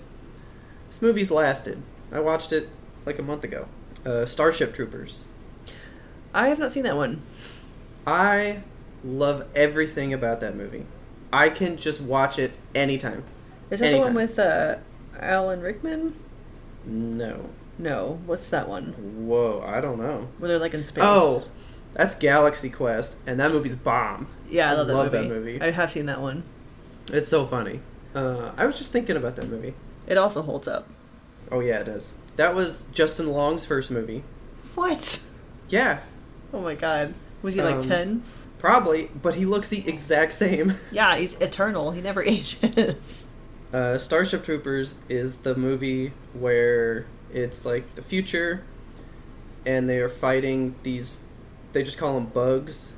Speaker 1: This movie's lasted. I watched it like a month ago. Uh, Starship Troopers.
Speaker 2: I have not seen that one.
Speaker 1: I love everything about that movie. I can just watch it anytime.
Speaker 2: Is that the
Speaker 1: Anytime.
Speaker 2: one with uh, Alan Rickman?
Speaker 1: No.
Speaker 2: No. What's that one?
Speaker 1: Whoa, I don't know.
Speaker 2: Where they're like in space.
Speaker 1: Oh, that's Galaxy Quest, and that movie's bomb.
Speaker 2: Yeah, I love, that, movie.
Speaker 1: movie.
Speaker 2: I have seen that one.
Speaker 1: It's so funny. Uh, I was just thinking about that movie.
Speaker 2: It also holds up.
Speaker 1: Oh, yeah, it does. That was Justin Long's first movie.
Speaker 2: What?
Speaker 1: Yeah,
Speaker 2: Oh my god. Was he like
Speaker 1: Um,
Speaker 2: 10?
Speaker 1: probably, but he looks the exact same. <laughs>
Speaker 2: Yeah, he's eternal. He never <laughs> ages.
Speaker 1: Uh, Starship Troopers is the movie where it's like the future, and they are fighting these. They just call them bugs,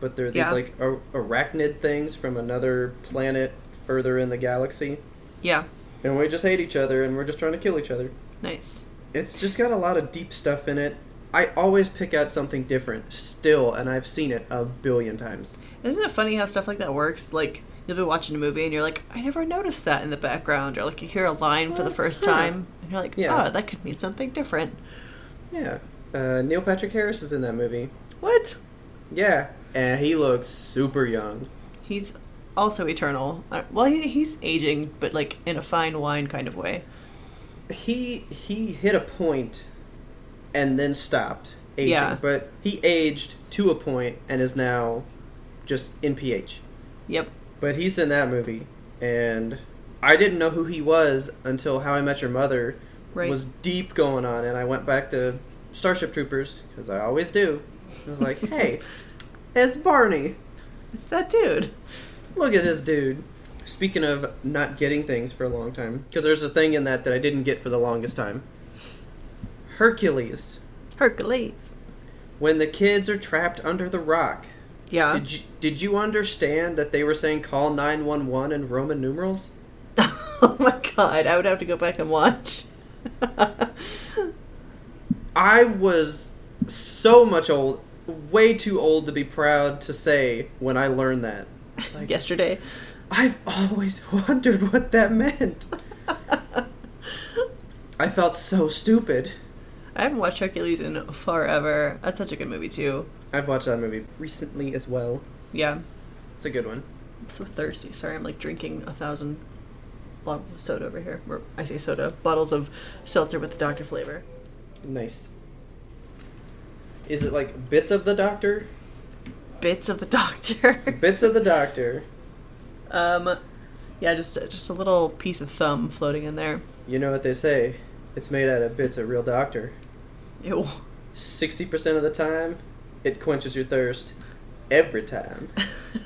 Speaker 1: but they're these
Speaker 2: Yeah.
Speaker 1: like ar- arachnid things from another planet further in the galaxy,
Speaker 2: yeah.
Speaker 1: and we just hate each other and we're just trying to kill each other.
Speaker 2: Nice.
Speaker 1: It's just got a lot of deep stuff in it. I always pick out something different still, and I've seen it a billion times.
Speaker 2: Isn't it funny how stuff like that works? Like, you'll be watching a movie and you're like, I never noticed that in the background. Or, like, you hear a line for the first
Speaker 1: Huh.
Speaker 2: time and you're like,
Speaker 1: Yeah.
Speaker 2: oh, that could mean something different.
Speaker 1: Yeah, uh, Neil Patrick Harris is in that movie.
Speaker 2: What?
Speaker 1: Yeah, and he looks super young.
Speaker 2: He's also eternal. Uh, Well, he, he's aging, but, like, in a fine wine kind of way.
Speaker 1: he he hit a point and then stopped aging
Speaker 2: Yeah.
Speaker 1: but he aged to a point and is now just in ph
Speaker 2: Yep.
Speaker 1: but he's in that movie and i didn't know who he was until how i met your mother
Speaker 2: Right.
Speaker 1: was deep going on and i went back to starship troopers because i always do i was like hey it's barney
Speaker 2: It's that dude.
Speaker 1: Look at this dude. Speaking of not getting things for a long time, because there's a thing in that that I didn't get for the longest time. Hercules.
Speaker 2: Hercules.
Speaker 1: When the kids are trapped under the rock,
Speaker 2: Yeah.
Speaker 1: did you, did you understand that they were saying call 911 in Roman numerals?
Speaker 2: <laughs> oh my god, I would have to go back and watch.
Speaker 1: I was so much old, way too old to be proud to say when I learned that. <laughs> It's like,
Speaker 2: Yesterday. <laughs>
Speaker 1: I've always <laughs> wondered what that meant. I felt so stupid.
Speaker 2: I haven't watched Hercules in forever. That's such a good movie too.
Speaker 1: I've watched that movie recently as well.
Speaker 2: Yeah.
Speaker 1: It's a good one.
Speaker 2: I'm so thirsty. Sorry, I'm like drinking a thousand bottles of soda over here. Or I say soda, bottles of seltzer with the doctor flavor.
Speaker 1: Nice. Is it like bits of the doctor?
Speaker 2: Bits of the <laughs> doctor.
Speaker 1: Bits of the doctor.
Speaker 2: um yeah, just just a little piece of thumb floating in there.
Speaker 1: You know what they say? It's made out of bits of real doctor.
Speaker 2: Ew. <laughs>
Speaker 1: 60% of the time, it quenches your thirst every time.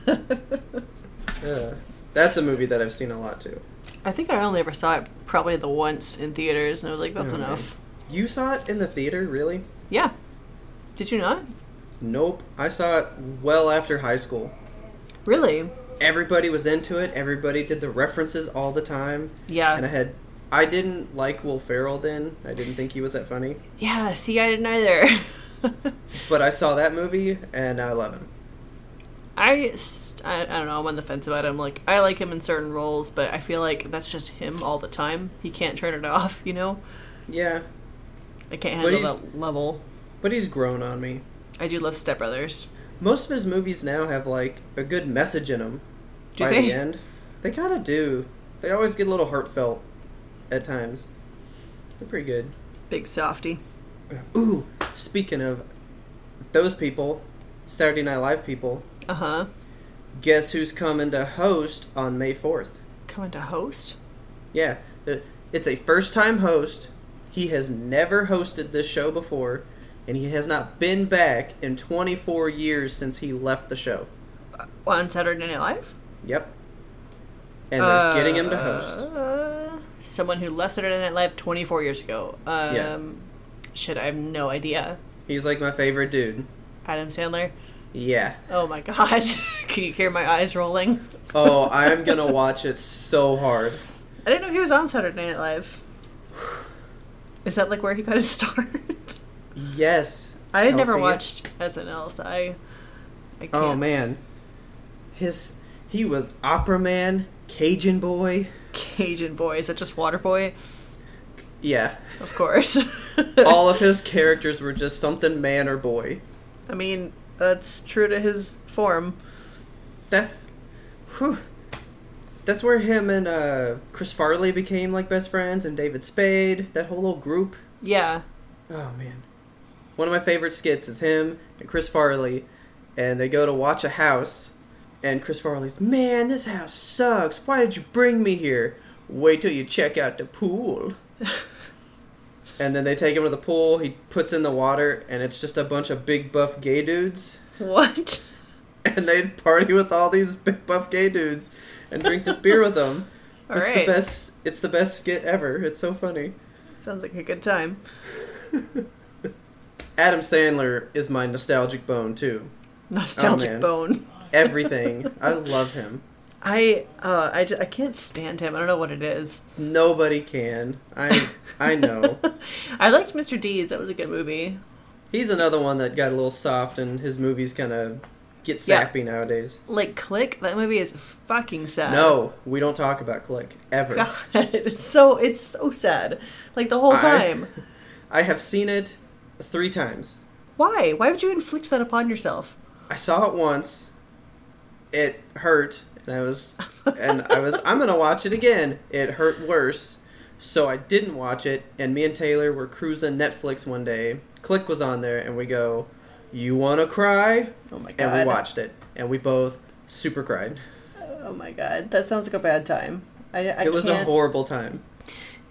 Speaker 1: Uh, that's a movie that I've seen a lot too.
Speaker 2: I think I only ever saw it probably the once in theaters, and I was like, that's
Speaker 1: All right.
Speaker 2: enough.
Speaker 1: You saw it in the theater, really?
Speaker 2: Yeah. Did you not?
Speaker 1: Nope. I saw it well after high school.
Speaker 2: Really?
Speaker 1: Everybody was into it. Everybody did the references all the time.
Speaker 2: Yeah.
Speaker 1: And I had, I didn't like Will Ferrell then. I didn't think he was that funny.
Speaker 2: yeah, see, I didn't either. <laughs>
Speaker 1: But I saw that movie and I love him.
Speaker 2: I, s- I, I don't know, I'm on the fence about him. Like, I like him in certain roles, but I feel like that's just him all the time. He can't turn it <laughs> off, you know?
Speaker 1: Yeah,
Speaker 2: I can't
Speaker 1: But
Speaker 2: handle
Speaker 1: he's-
Speaker 2: that level.
Speaker 1: but he's grown on me.
Speaker 2: I do love Step Brothers.
Speaker 1: Most of his movies now have like a good message in them.
Speaker 2: Do
Speaker 1: by
Speaker 2: they?
Speaker 1: the end, they kind of do. They always get a little heartfelt at times. They're pretty good.
Speaker 2: Big softy.
Speaker 1: Ooh, speaking of those people, Saturday Night Live people,
Speaker 2: Uh huh.
Speaker 1: guess who's coming to host on May 4th?
Speaker 2: Coming to host?
Speaker 1: Yeah, it- it's a first time host. He has never hosted this show before, and he has not been back in 24 years since he left the show.
Speaker 2: Uh, On Saturday Night Live?
Speaker 1: Yep. And they're getting him to host.
Speaker 2: Uh, Someone who left Saturday Night Live 24 years ago. Um,
Speaker 1: Yeah.
Speaker 2: Shit, I have no idea.
Speaker 1: He's like my favorite dude.
Speaker 2: Adam Sandler.
Speaker 1: Yeah.
Speaker 2: Oh my <laughs> god. Can you hear my eyes rolling?
Speaker 1: Oh, I'm
Speaker 2: <laughs>
Speaker 1: gonna watch it so hard.
Speaker 2: I didn't know he was on Saturday Night Live. Is that like where he got his <laughs> start?
Speaker 1: Yes.
Speaker 2: I had never
Speaker 1: Kelsey.
Speaker 2: watched SNL, so I, I can't.
Speaker 1: Oh man. His he was opera man, Cajun boy.
Speaker 2: Cajun boy. Is that just Waterboy? <laughs>
Speaker 1: Yeah.
Speaker 2: Of course.
Speaker 1: All of his characters were just something man or boy.
Speaker 2: I mean, that's true to his form.
Speaker 1: That's whew. That's where him and uh, Chris Farley became like best friends and David Spade, that whole little group.
Speaker 2: Yeah.
Speaker 1: Oh man. One of my favorite skits is him and Chris Farley and they go to watch a house and Chris Farley's, "Man, this house sucks. Why did you bring me here? Wait till you check out the pool." and then they take him to the pool, he puts in the water and it's just a bunch of big buff gay dudes <laughs>
Speaker 2: What?
Speaker 1: and they'd party with all these big buff gay dudes and drink this beer with them.
Speaker 2: All
Speaker 1: it's
Speaker 2: right.
Speaker 1: the best it's the best skit ever. It's so funny.
Speaker 2: Sounds like a good time.
Speaker 1: Adam Sandler is my nostalgic bone too.
Speaker 2: Nostalgic
Speaker 1: Oh, man.
Speaker 2: bone.
Speaker 1: Everything. I love him.
Speaker 2: I uh I, ju- I can't stand him. I don't know what it is.
Speaker 1: Nobody can. I I know.
Speaker 2: <laughs> I liked Mr. D's. That was a good movie.
Speaker 1: He's another one that got a little soft and his movies kind of get
Speaker 2: Yeah.
Speaker 1: sappy nowadays.
Speaker 2: Like Click, that movie is fucking sad.
Speaker 1: No, we don't talk about Click ever.
Speaker 2: <laughs> God, it's so it's so sad. Like the whole
Speaker 1: I-
Speaker 2: time.
Speaker 1: <laughs> I have seen it 3 times.
Speaker 2: Why? Why would you inflict that upon yourself?
Speaker 1: I saw it once. It hurt, and I was, and I was, I'm gonna watch it again. It hurt worse, so I didn't watch it. And me and Taylor were cruising Netflix one day. Click was on there, and we go, "You wanna cry?"
Speaker 2: Oh my god.
Speaker 1: And we watched it, and we both super cried.
Speaker 2: Oh my god. That sounds like a bad time. I, I
Speaker 1: it was a
Speaker 2: can't-
Speaker 1: horrible time.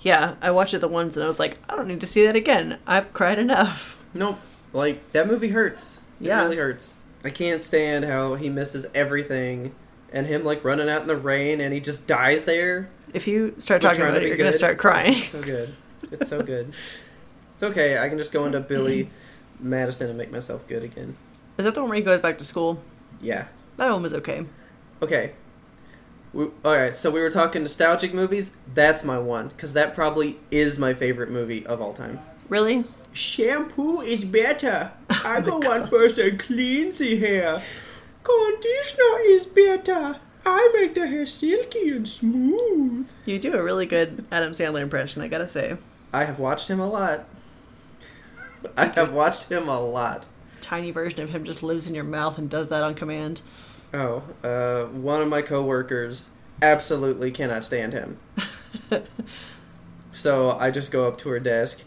Speaker 2: Yeah, I watched it the once and I was like, I don't need to see that again. I've cried enough.
Speaker 1: Nope, like that movie hurts. It
Speaker 2: Yeah.
Speaker 1: really hurts. I can't stand how he misses everything, and him like running out in the rain, and he just dies there.
Speaker 2: If you start
Speaker 1: We're
Speaker 2: talking
Speaker 1: trying to
Speaker 2: about it,
Speaker 1: be
Speaker 2: you're gonna
Speaker 1: good.
Speaker 2: start crying. <laughs>
Speaker 1: so good. It's so good. It's okay. I can just go into Billy Madison and make myself good again.
Speaker 2: Is that the one where he goes back to school?
Speaker 1: Yeah.
Speaker 2: That one was okay.
Speaker 1: Okay. We, all right. So we were talking nostalgic movies. That's my one because that probably is my favorite movie of all time.
Speaker 2: Really?
Speaker 1: Shampoo is <laughs> better. I go on first and cleans the hair. Conditioner is better. I make the hair silky and smooth.
Speaker 2: You do a really good Adam Sandler impression, I gotta say.
Speaker 1: I have watched him a lot. I have watched him a lot.
Speaker 2: Tiny version of him just lives in your mouth and does that on command. <laughs>
Speaker 1: Oh, uh, one of my coworkers absolutely cannot stand him. so I just go up to her desk.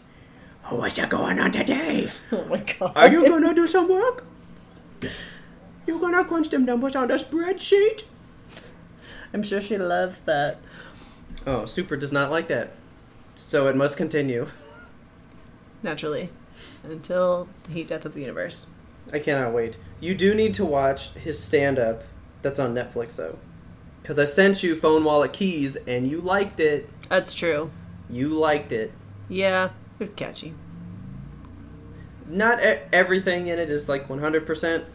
Speaker 1: Oh, what's going on today?
Speaker 2: <laughs> Oh my god.
Speaker 1: Are you gonna do some work? You gonna crunch them numbers on the spreadsheet?
Speaker 2: I'm sure she loves that.
Speaker 1: Oh, Super does not like that. So it must continue.
Speaker 2: Naturally. Until the heat death of the universe.
Speaker 1: I cannot wait. You do need to watch his stand up that's on Netflix, though. Because I sent you phone wallet keys and you liked it.
Speaker 2: That's true.
Speaker 1: You liked it.
Speaker 2: Yeah, it was catchy. <laughs>
Speaker 1: Not e- everything in it is like 100%,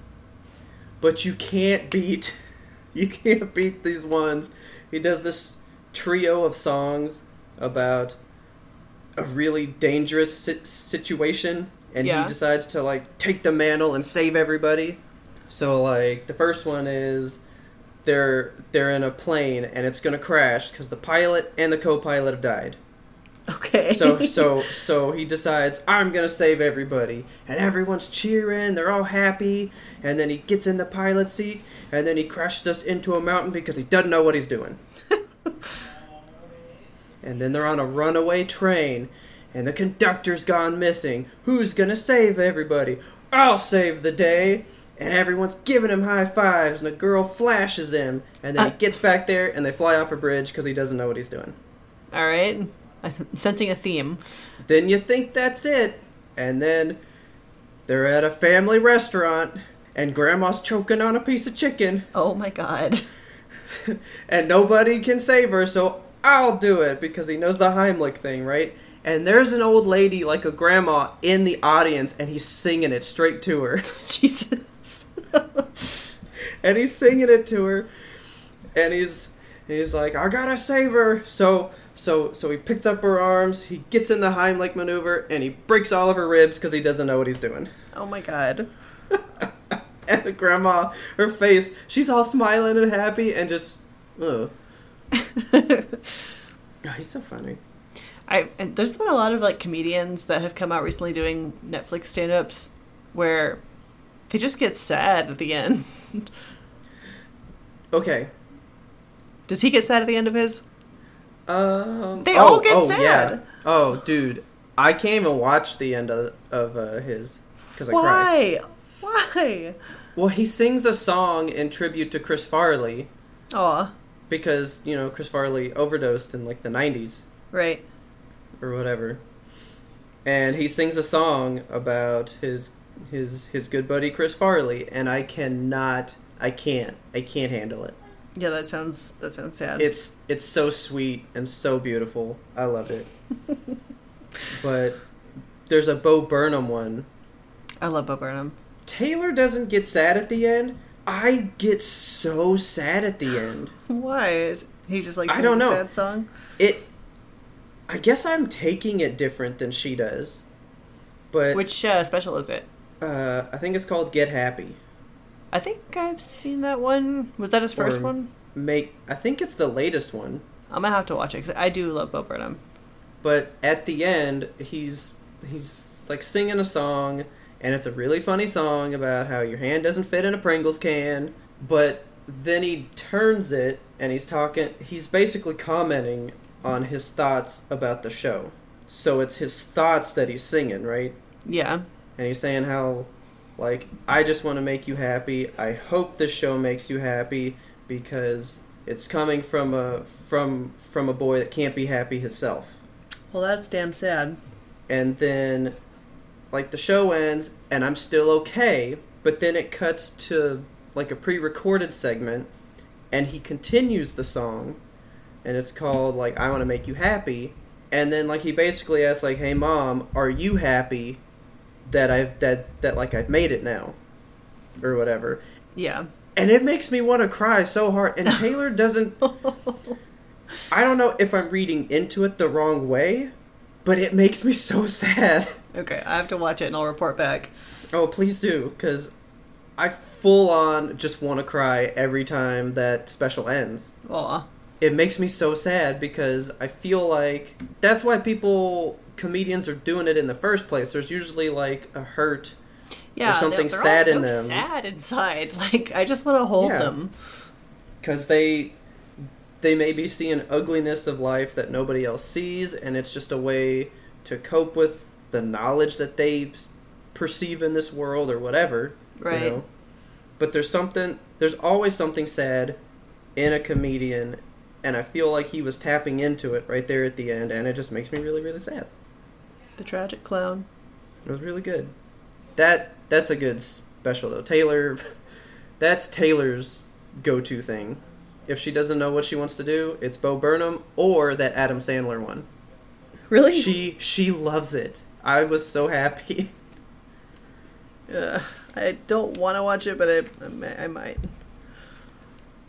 Speaker 1: but you can't beat. <laughs> You can't beat these ones. He does this trio of songs about a really dangerous si- situation and
Speaker 2: Yeah.
Speaker 1: he decides to like take the mantle and save everybody. So like the first one is they're they're in a plane and it's going to crash cuz the pilot and the co-pilot have died.
Speaker 2: Okay. <laughs>
Speaker 1: So so so he decides I'm going to save everybody and everyone's cheering, they're all happy and then he gets in the pilot seat and then he crashes us into a mountain because he doesn't know what he's doing. and then they're on a runaway train and the conductor's gone missing who's gonna save everybody i'll save the day and everyone's giving him high fives and a girl flashes him and then
Speaker 2: Uh.
Speaker 1: he gets back there and they fly off a bridge because he doesn't know what he's doing
Speaker 2: All right. I'm sensing a theme.
Speaker 1: then you think that's it and then they're at a family restaurant and grandma's choking on a piece of chicken
Speaker 2: Oh my god. <laughs>
Speaker 1: and nobody can save her, so I'll do it because he knows the Heimlich thing, right? And there's an old lady, like a grandma, in the audience, and he's singing it straight to her. <laughs>
Speaker 2: Jesus.
Speaker 1: and he's singing it to her, and he's he's like, "I gotta save her." So so so he picks up her arms, he gets in the Heimlich maneuver, and he breaks all of her ribs because he doesn't know what he's doing.
Speaker 2: oh my god. <laughs>
Speaker 1: <laughs> And the grandma, her face, she's all smiling and happy, and just, ugh. Oh, he's so funny.
Speaker 2: I and there's been a lot of like comedians that have come out recently doing Netflix stand-ups where they just get sad at the end. <laughs>
Speaker 1: Okay,
Speaker 2: Does he get sad at the end of his?
Speaker 1: Um,
Speaker 2: They
Speaker 1: oh,
Speaker 2: all get
Speaker 1: oh,
Speaker 2: sad.
Speaker 1: Yeah. Oh, dude, I can't even watch the end of, of uh, his because I cried.
Speaker 2: Why? Why?
Speaker 1: Well, he sings a song in tribute to Chris Farley
Speaker 2: Aw.
Speaker 1: because you know Chris Farley overdosed in like the '90s
Speaker 2: Right.
Speaker 1: or whatever, and he sings a song about his his his good buddy Chris Farley, and I cannot, I can't, I can't handle it.
Speaker 2: Yeah, that sounds that sounds sad.
Speaker 1: It's it's so sweet and so beautiful. I loved it. but there's a Bo Burnham one
Speaker 2: I love Bo Burnham.
Speaker 1: Taylor doesn't get sad at the end. I get so sad at the end.
Speaker 2: Why? Is- He just like
Speaker 1: I
Speaker 2: sings
Speaker 1: don't know.
Speaker 2: a sad song.
Speaker 1: It. I guess I'm taking it different than she does, but
Speaker 2: Which uh, special is it?
Speaker 1: uh, I think it's called "Get Happy."
Speaker 2: I think I've seen that one. Was that his first
Speaker 1: Or-
Speaker 2: one?
Speaker 1: Make I think it's the latest one,
Speaker 2: I'm gonna have to watch it because I do love Bo Burnham.
Speaker 1: but at the end he's he's like singing a song, and it's a really funny song about how your hand doesn't fit in a Pringles can, but then he turns it and he's talking he's basically commenting on his thoughts about the show so it's his thoughts that he's singing right
Speaker 2: Yeah.
Speaker 1: and he's saying how like i just want to make you happy i hope this show makes you happy because it's coming from a from from a boy that can't be happy himself
Speaker 2: Well, that's damn sad.
Speaker 1: and then like the show ends and I'm still okay, but then it cuts to like a pre-recorded segment and he continues the song and it's called like I want to make you happy and then like he basically asks like hey mom, are you happy that I've that that like I've made it now or whatever.
Speaker 2: Yeah.
Speaker 1: And it makes me want to cry so hard and Taylor doesn't I don't know if I'm reading into it the wrong way, but it makes me so sad.
Speaker 2: okay, I have to watch it and I'll report back.
Speaker 1: Oh, please do, because I full on just want to cry every time that special ends.
Speaker 2: Aw.
Speaker 1: It makes me so sad because I feel like that's why people, comedians, are doing it in the first place. There's usually like a hurt.
Speaker 2: Yeah, they-
Speaker 1: something
Speaker 2: they're
Speaker 1: sad
Speaker 2: all so
Speaker 1: in them.
Speaker 2: Sad inside. <laughs> Like I just want to hold
Speaker 1: Yeah.
Speaker 2: them.
Speaker 1: because they they maybe see an ugliness of life that nobody else sees and it's just a way to cope with the knowledge that they s- perceive in this world or whatever
Speaker 2: Right.
Speaker 1: but there's something there's always something sad in a comedian and i feel like he was tapping into it right there at the end and it just makes me really really sad
Speaker 2: The tragic clown.
Speaker 1: it was really good that that's a <laughs> good special though taylor that's taylor's go-to thing If she doesn't know what she wants to do, it's Bo Burnham or that Adam Sandler one.
Speaker 2: Really?
Speaker 1: She she loves it. I was so happy. <laughs>
Speaker 2: Ugh, I don't want to watch it, but I, I, mi- I might.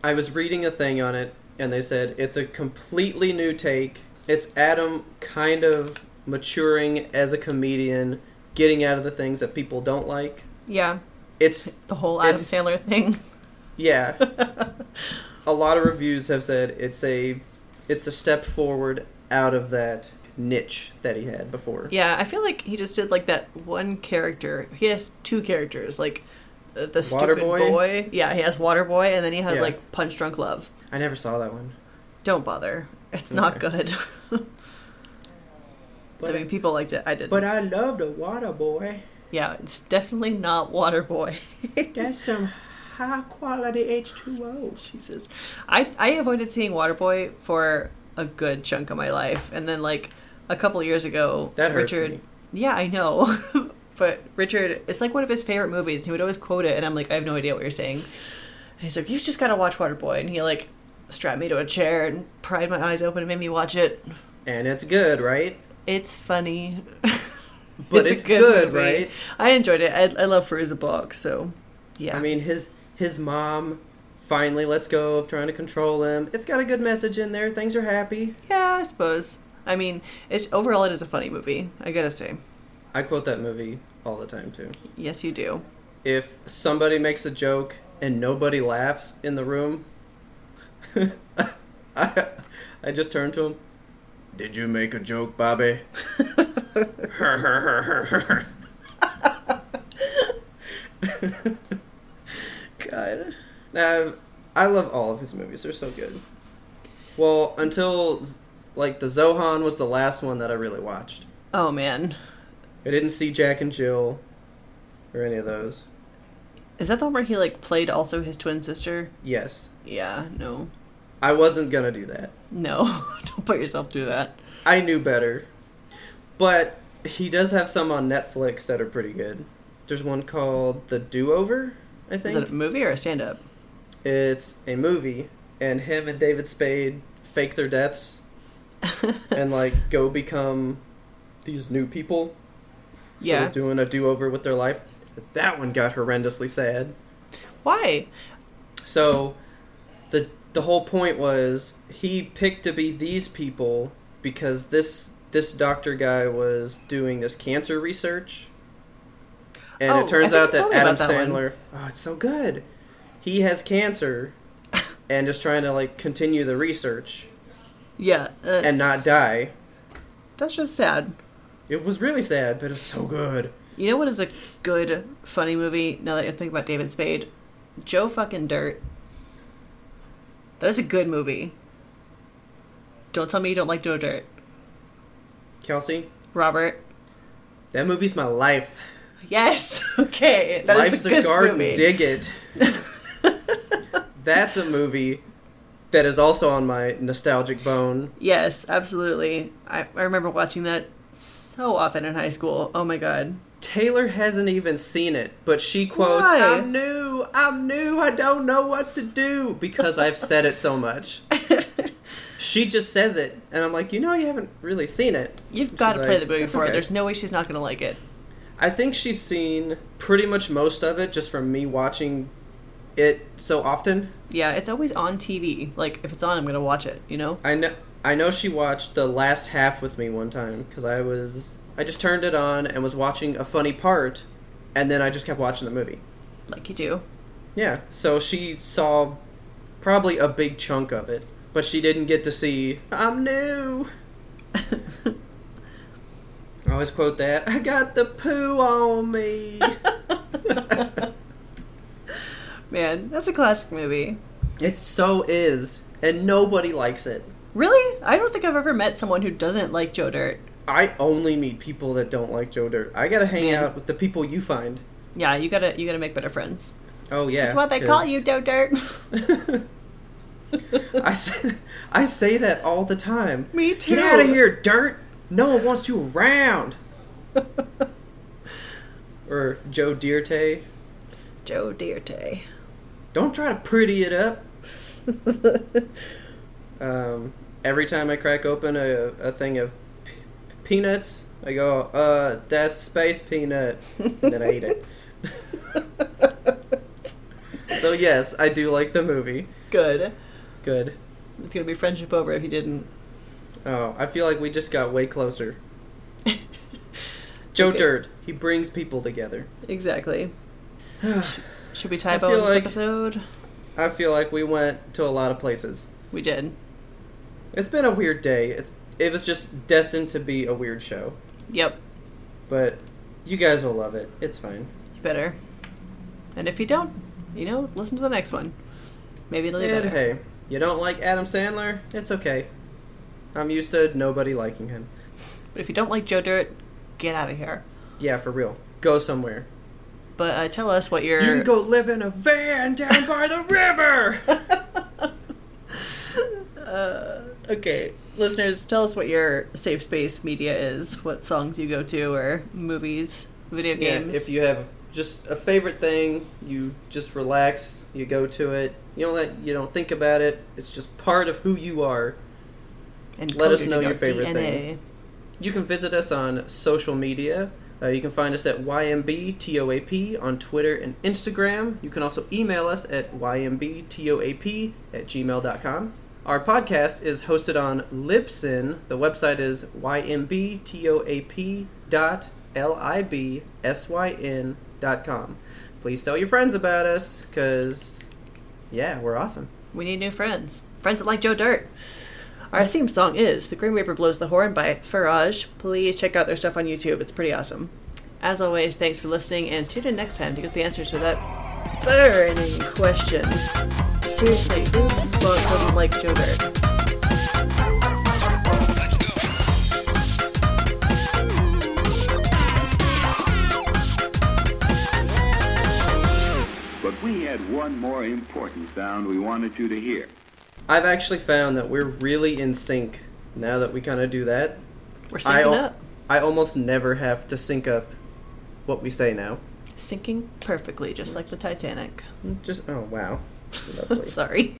Speaker 1: I was reading a thing on it, and they said it's a completely new take. It's Adam kind of maturing as a comedian, getting out of the things that people don't like.
Speaker 2: Yeah,
Speaker 1: It's
Speaker 2: the whole Adam
Speaker 1: It's-
Speaker 2: Sandler thing. <laughs>
Speaker 1: yeah. a lot of reviews have said it's a it's a step forward out of that niche that he had before.
Speaker 2: Yeah, I feel like he just did like that one character. He has two characters, like uh, the stupid
Speaker 1: Waterboy?
Speaker 2: boy. Yeah, he has Waterboy, and then he has
Speaker 1: Yeah.
Speaker 2: like Punch Drunk Love.
Speaker 1: I never saw that one.
Speaker 2: Don't bother. It's not good. <laughs> I
Speaker 1: But
Speaker 2: mean, people liked it. I didn't.
Speaker 1: but I love the water boy.
Speaker 2: yeah, it's definitely not Waterboy. <laughs>
Speaker 1: That's some high quality H two O.
Speaker 2: Jesus. I, I avoided seeing Waterboy for a good chunk of my life. And then, like, a couple years ago,
Speaker 1: That hurts
Speaker 2: Richard.
Speaker 1: me.
Speaker 2: Yeah, I know. <laughs> but Richard, it's like one of his favorite movies. And he would always quote it. And I'm like, I have no idea what you're saying. And he's like, You've just got to watch Waterboy. And he, like, strapped me to a chair and pried my eyes open and made me watch it.
Speaker 1: And it's good, right?
Speaker 2: It's funny. <laughs>
Speaker 1: But
Speaker 2: a
Speaker 1: it's good,
Speaker 2: movie.
Speaker 1: right?
Speaker 2: I enjoyed it. I, I love Fruza Block, so yeah.
Speaker 1: I mean, his his mom finally lets go of trying to control him. It's got a good message in there. Things are happy.
Speaker 2: Yeah, I suppose. I mean, it's overall it is a funny movie. I gotta say,
Speaker 1: I quote that movie all the time too.
Speaker 2: yes,
Speaker 1: <laughs>
Speaker 2: you do.
Speaker 1: If somebody makes a joke and nobody laughs in the room, <laughs> I, I just turn to him. Did you make a joke, Bobby? <laughs>
Speaker 2: God,
Speaker 1: Uh, I love all of his movies. They're so good. Well, until Z- like the Zohan was the last one that I really watched.
Speaker 2: oh man,
Speaker 1: I didn't see Jack and Jill or any of those.
Speaker 2: is that the one where he like played also his twin sister?
Speaker 1: Yes,
Speaker 2: Yeah, no,
Speaker 1: I wasn't gonna do that.
Speaker 2: no, <laughs> don't put yourself through that.
Speaker 1: I knew better. But he does have some on Netflix that are pretty good. There's one called The Do Over. I
Speaker 2: Is
Speaker 1: think
Speaker 2: it a movie or a stand-up?
Speaker 1: it's a movie, and him and David Spade fake their
Speaker 2: <laughs>
Speaker 1: deaths and like go become these new people. So
Speaker 2: yeah.
Speaker 1: they're doing a do-over with their life. That one got horrendously sad.
Speaker 2: Why?
Speaker 1: So the the whole point was he picked to be these people because this this doctor guy was doing this cancer research. And
Speaker 2: Oh, I
Speaker 1: it turns
Speaker 2: think
Speaker 1: out
Speaker 2: you told
Speaker 1: that
Speaker 2: me about
Speaker 1: Adam
Speaker 2: that one.
Speaker 1: Sandler, oh, it's so good. He has
Speaker 2: <laughs>
Speaker 1: cancer and is trying to like continue the research
Speaker 2: Yeah,
Speaker 1: and not die.
Speaker 2: That's just sad.
Speaker 1: It was really sad, but it's so good.
Speaker 2: You know what is a good funny movie? Now that I think about David Spade, Joe fucking Dirt. That is a good movie. Don't tell me you don't like Joe Dirt,
Speaker 1: Kelsey,
Speaker 2: Robert.
Speaker 1: that movie's my life.
Speaker 2: Yes. <laughs> Okay. That is
Speaker 1: Life's
Speaker 2: the
Speaker 1: a
Speaker 2: good
Speaker 1: Garden,
Speaker 2: movie.
Speaker 1: dig
Speaker 2: <laughs>
Speaker 1: it. That's a movie that is also on my nostalgic bone.
Speaker 2: Yes, absolutely. I, I remember watching that so often in high school. Oh my god. <laughs>
Speaker 1: Taylor hasn't even seen it, but she quotes,
Speaker 2: Why?
Speaker 1: "I'm new, I'm new, I don't know what to do," because I've said it so
Speaker 2: <laughs>
Speaker 1: much. she just says it, and I'm like, you know, you haven't really seen it.
Speaker 2: You've got to
Speaker 1: like,
Speaker 2: play the movie
Speaker 1: "That's
Speaker 2: for her.
Speaker 1: okay."
Speaker 2: There's no way she's not going to like it.
Speaker 1: I think she's seen pretty much most of it just from me watching it so often.
Speaker 2: Yeah, it's always on TV. Like if it's on, I'm going to watch it, you know?
Speaker 1: I know I know she watched the last half with me one time because I was I just turned it on and was watching a funny part, and then I just kept watching the movie.
Speaker 2: Like you do. <laughs>
Speaker 1: Yeah, so she saw probably a big chunk of it, but she didn't get to see I'm new. I always quote that I got the poo on
Speaker 2: <laughs>
Speaker 1: me.
Speaker 2: Man, that's a classic movie.
Speaker 1: it so is, and nobody likes it.
Speaker 2: Really? I don't think I've ever met someone who doesn't like Joe Dirt.
Speaker 1: I only meet people that don't like Joe Dirt. I gotta hang
Speaker 2: Man.
Speaker 1: out with the people you find.
Speaker 2: Yeah, you gotta you gotta make better friends.
Speaker 1: Oh yeah,
Speaker 2: That's why they call
Speaker 1: 'cause-
Speaker 2: you Joe Dirt. <laughs>
Speaker 1: <laughs> I, say, <laughs> I say that all the time.
Speaker 2: Me
Speaker 1: Get out of
Speaker 2: too.
Speaker 1: here, dirt! No one wants you around. or Joe Dierte.
Speaker 2: Joe Dirt.
Speaker 1: <laughs> Don't try to pretty it up. <laughs> um, every time I crack open a, a thing of p- peanuts, I go, uh, that's space peanut. And then I eat it. <laughs> so, yes, I do like the movie.
Speaker 2: Good.
Speaker 1: Good.
Speaker 2: It's gonna be friendship over if you didn't. <laughs>
Speaker 1: Oh, I feel like we just got way closer. Joe
Speaker 2: Okay.
Speaker 1: Dirt, he brings people together. <sighs>
Speaker 2: Exactly. Sh- Should we
Speaker 1: I
Speaker 2: typo
Speaker 1: feel
Speaker 2: in this
Speaker 1: like-
Speaker 2: episode?
Speaker 1: I feel like we went to a lot of places.
Speaker 2: We did.
Speaker 1: It's been a weird day. It's it was just destined to be a weird show.
Speaker 2: Yep.
Speaker 1: But you guys will love it. It's fine.
Speaker 2: You better. And if you don't, you know, listen to the next one. Maybe it'll be
Speaker 1: And
Speaker 2: better.
Speaker 1: hey, you don't like Adam Sandler? It's okay. I'm used to nobody liking him.
Speaker 2: But if you don't like Joe Dirt, get out of here.
Speaker 1: Yeah, for real. Go somewhere.
Speaker 2: But uh, tell us what your
Speaker 1: You can go live in a van down by <laughs> the river.
Speaker 2: <laughs> uh, okay, listeners, tell us what your safe space media is. What songs you go to, or movies, video
Speaker 1: Yeah,
Speaker 2: games.
Speaker 1: if you have just a favorite thing, you just relax, you go to it. You don't let you don't think about it. It's just part of who you are.
Speaker 2: and
Speaker 1: let us
Speaker 2: coded
Speaker 1: know
Speaker 2: in
Speaker 1: your favorite
Speaker 2: DNA.
Speaker 1: thing. You can visit us on social media. Uh, you can find us at YMBTOAP on Twitter and Instagram. You can also email us at YMBTOAP at gmail.com. Our podcast is hosted on Libsyn. The website is YMBTOAP.libsyn.com. Please tell your friends about us because, yeah, we're awesome.
Speaker 2: We need new friends. Friends that like Joe Dirt. Our theme song is The Grim Reaper Blows the Horn by Faraj. Please check out their stuff on YouTube. It's pretty awesome. As always, thanks for listening and tune in next time to get the answer to that burning question. Seriously, who the fuck doesn't like Joe Dirt?
Speaker 3: But we had one more important sound we wanted you to hear.
Speaker 1: I've actually found that we're really in sync now that we kind of do that.
Speaker 2: We're
Speaker 1: I,
Speaker 2: syncing
Speaker 1: al-
Speaker 2: up.
Speaker 1: I almost never have to sync up what we say now.
Speaker 2: Syncing perfectly, just like the Titanic.
Speaker 1: Just oh wow, lovely.
Speaker 2: <laughs> Sorry.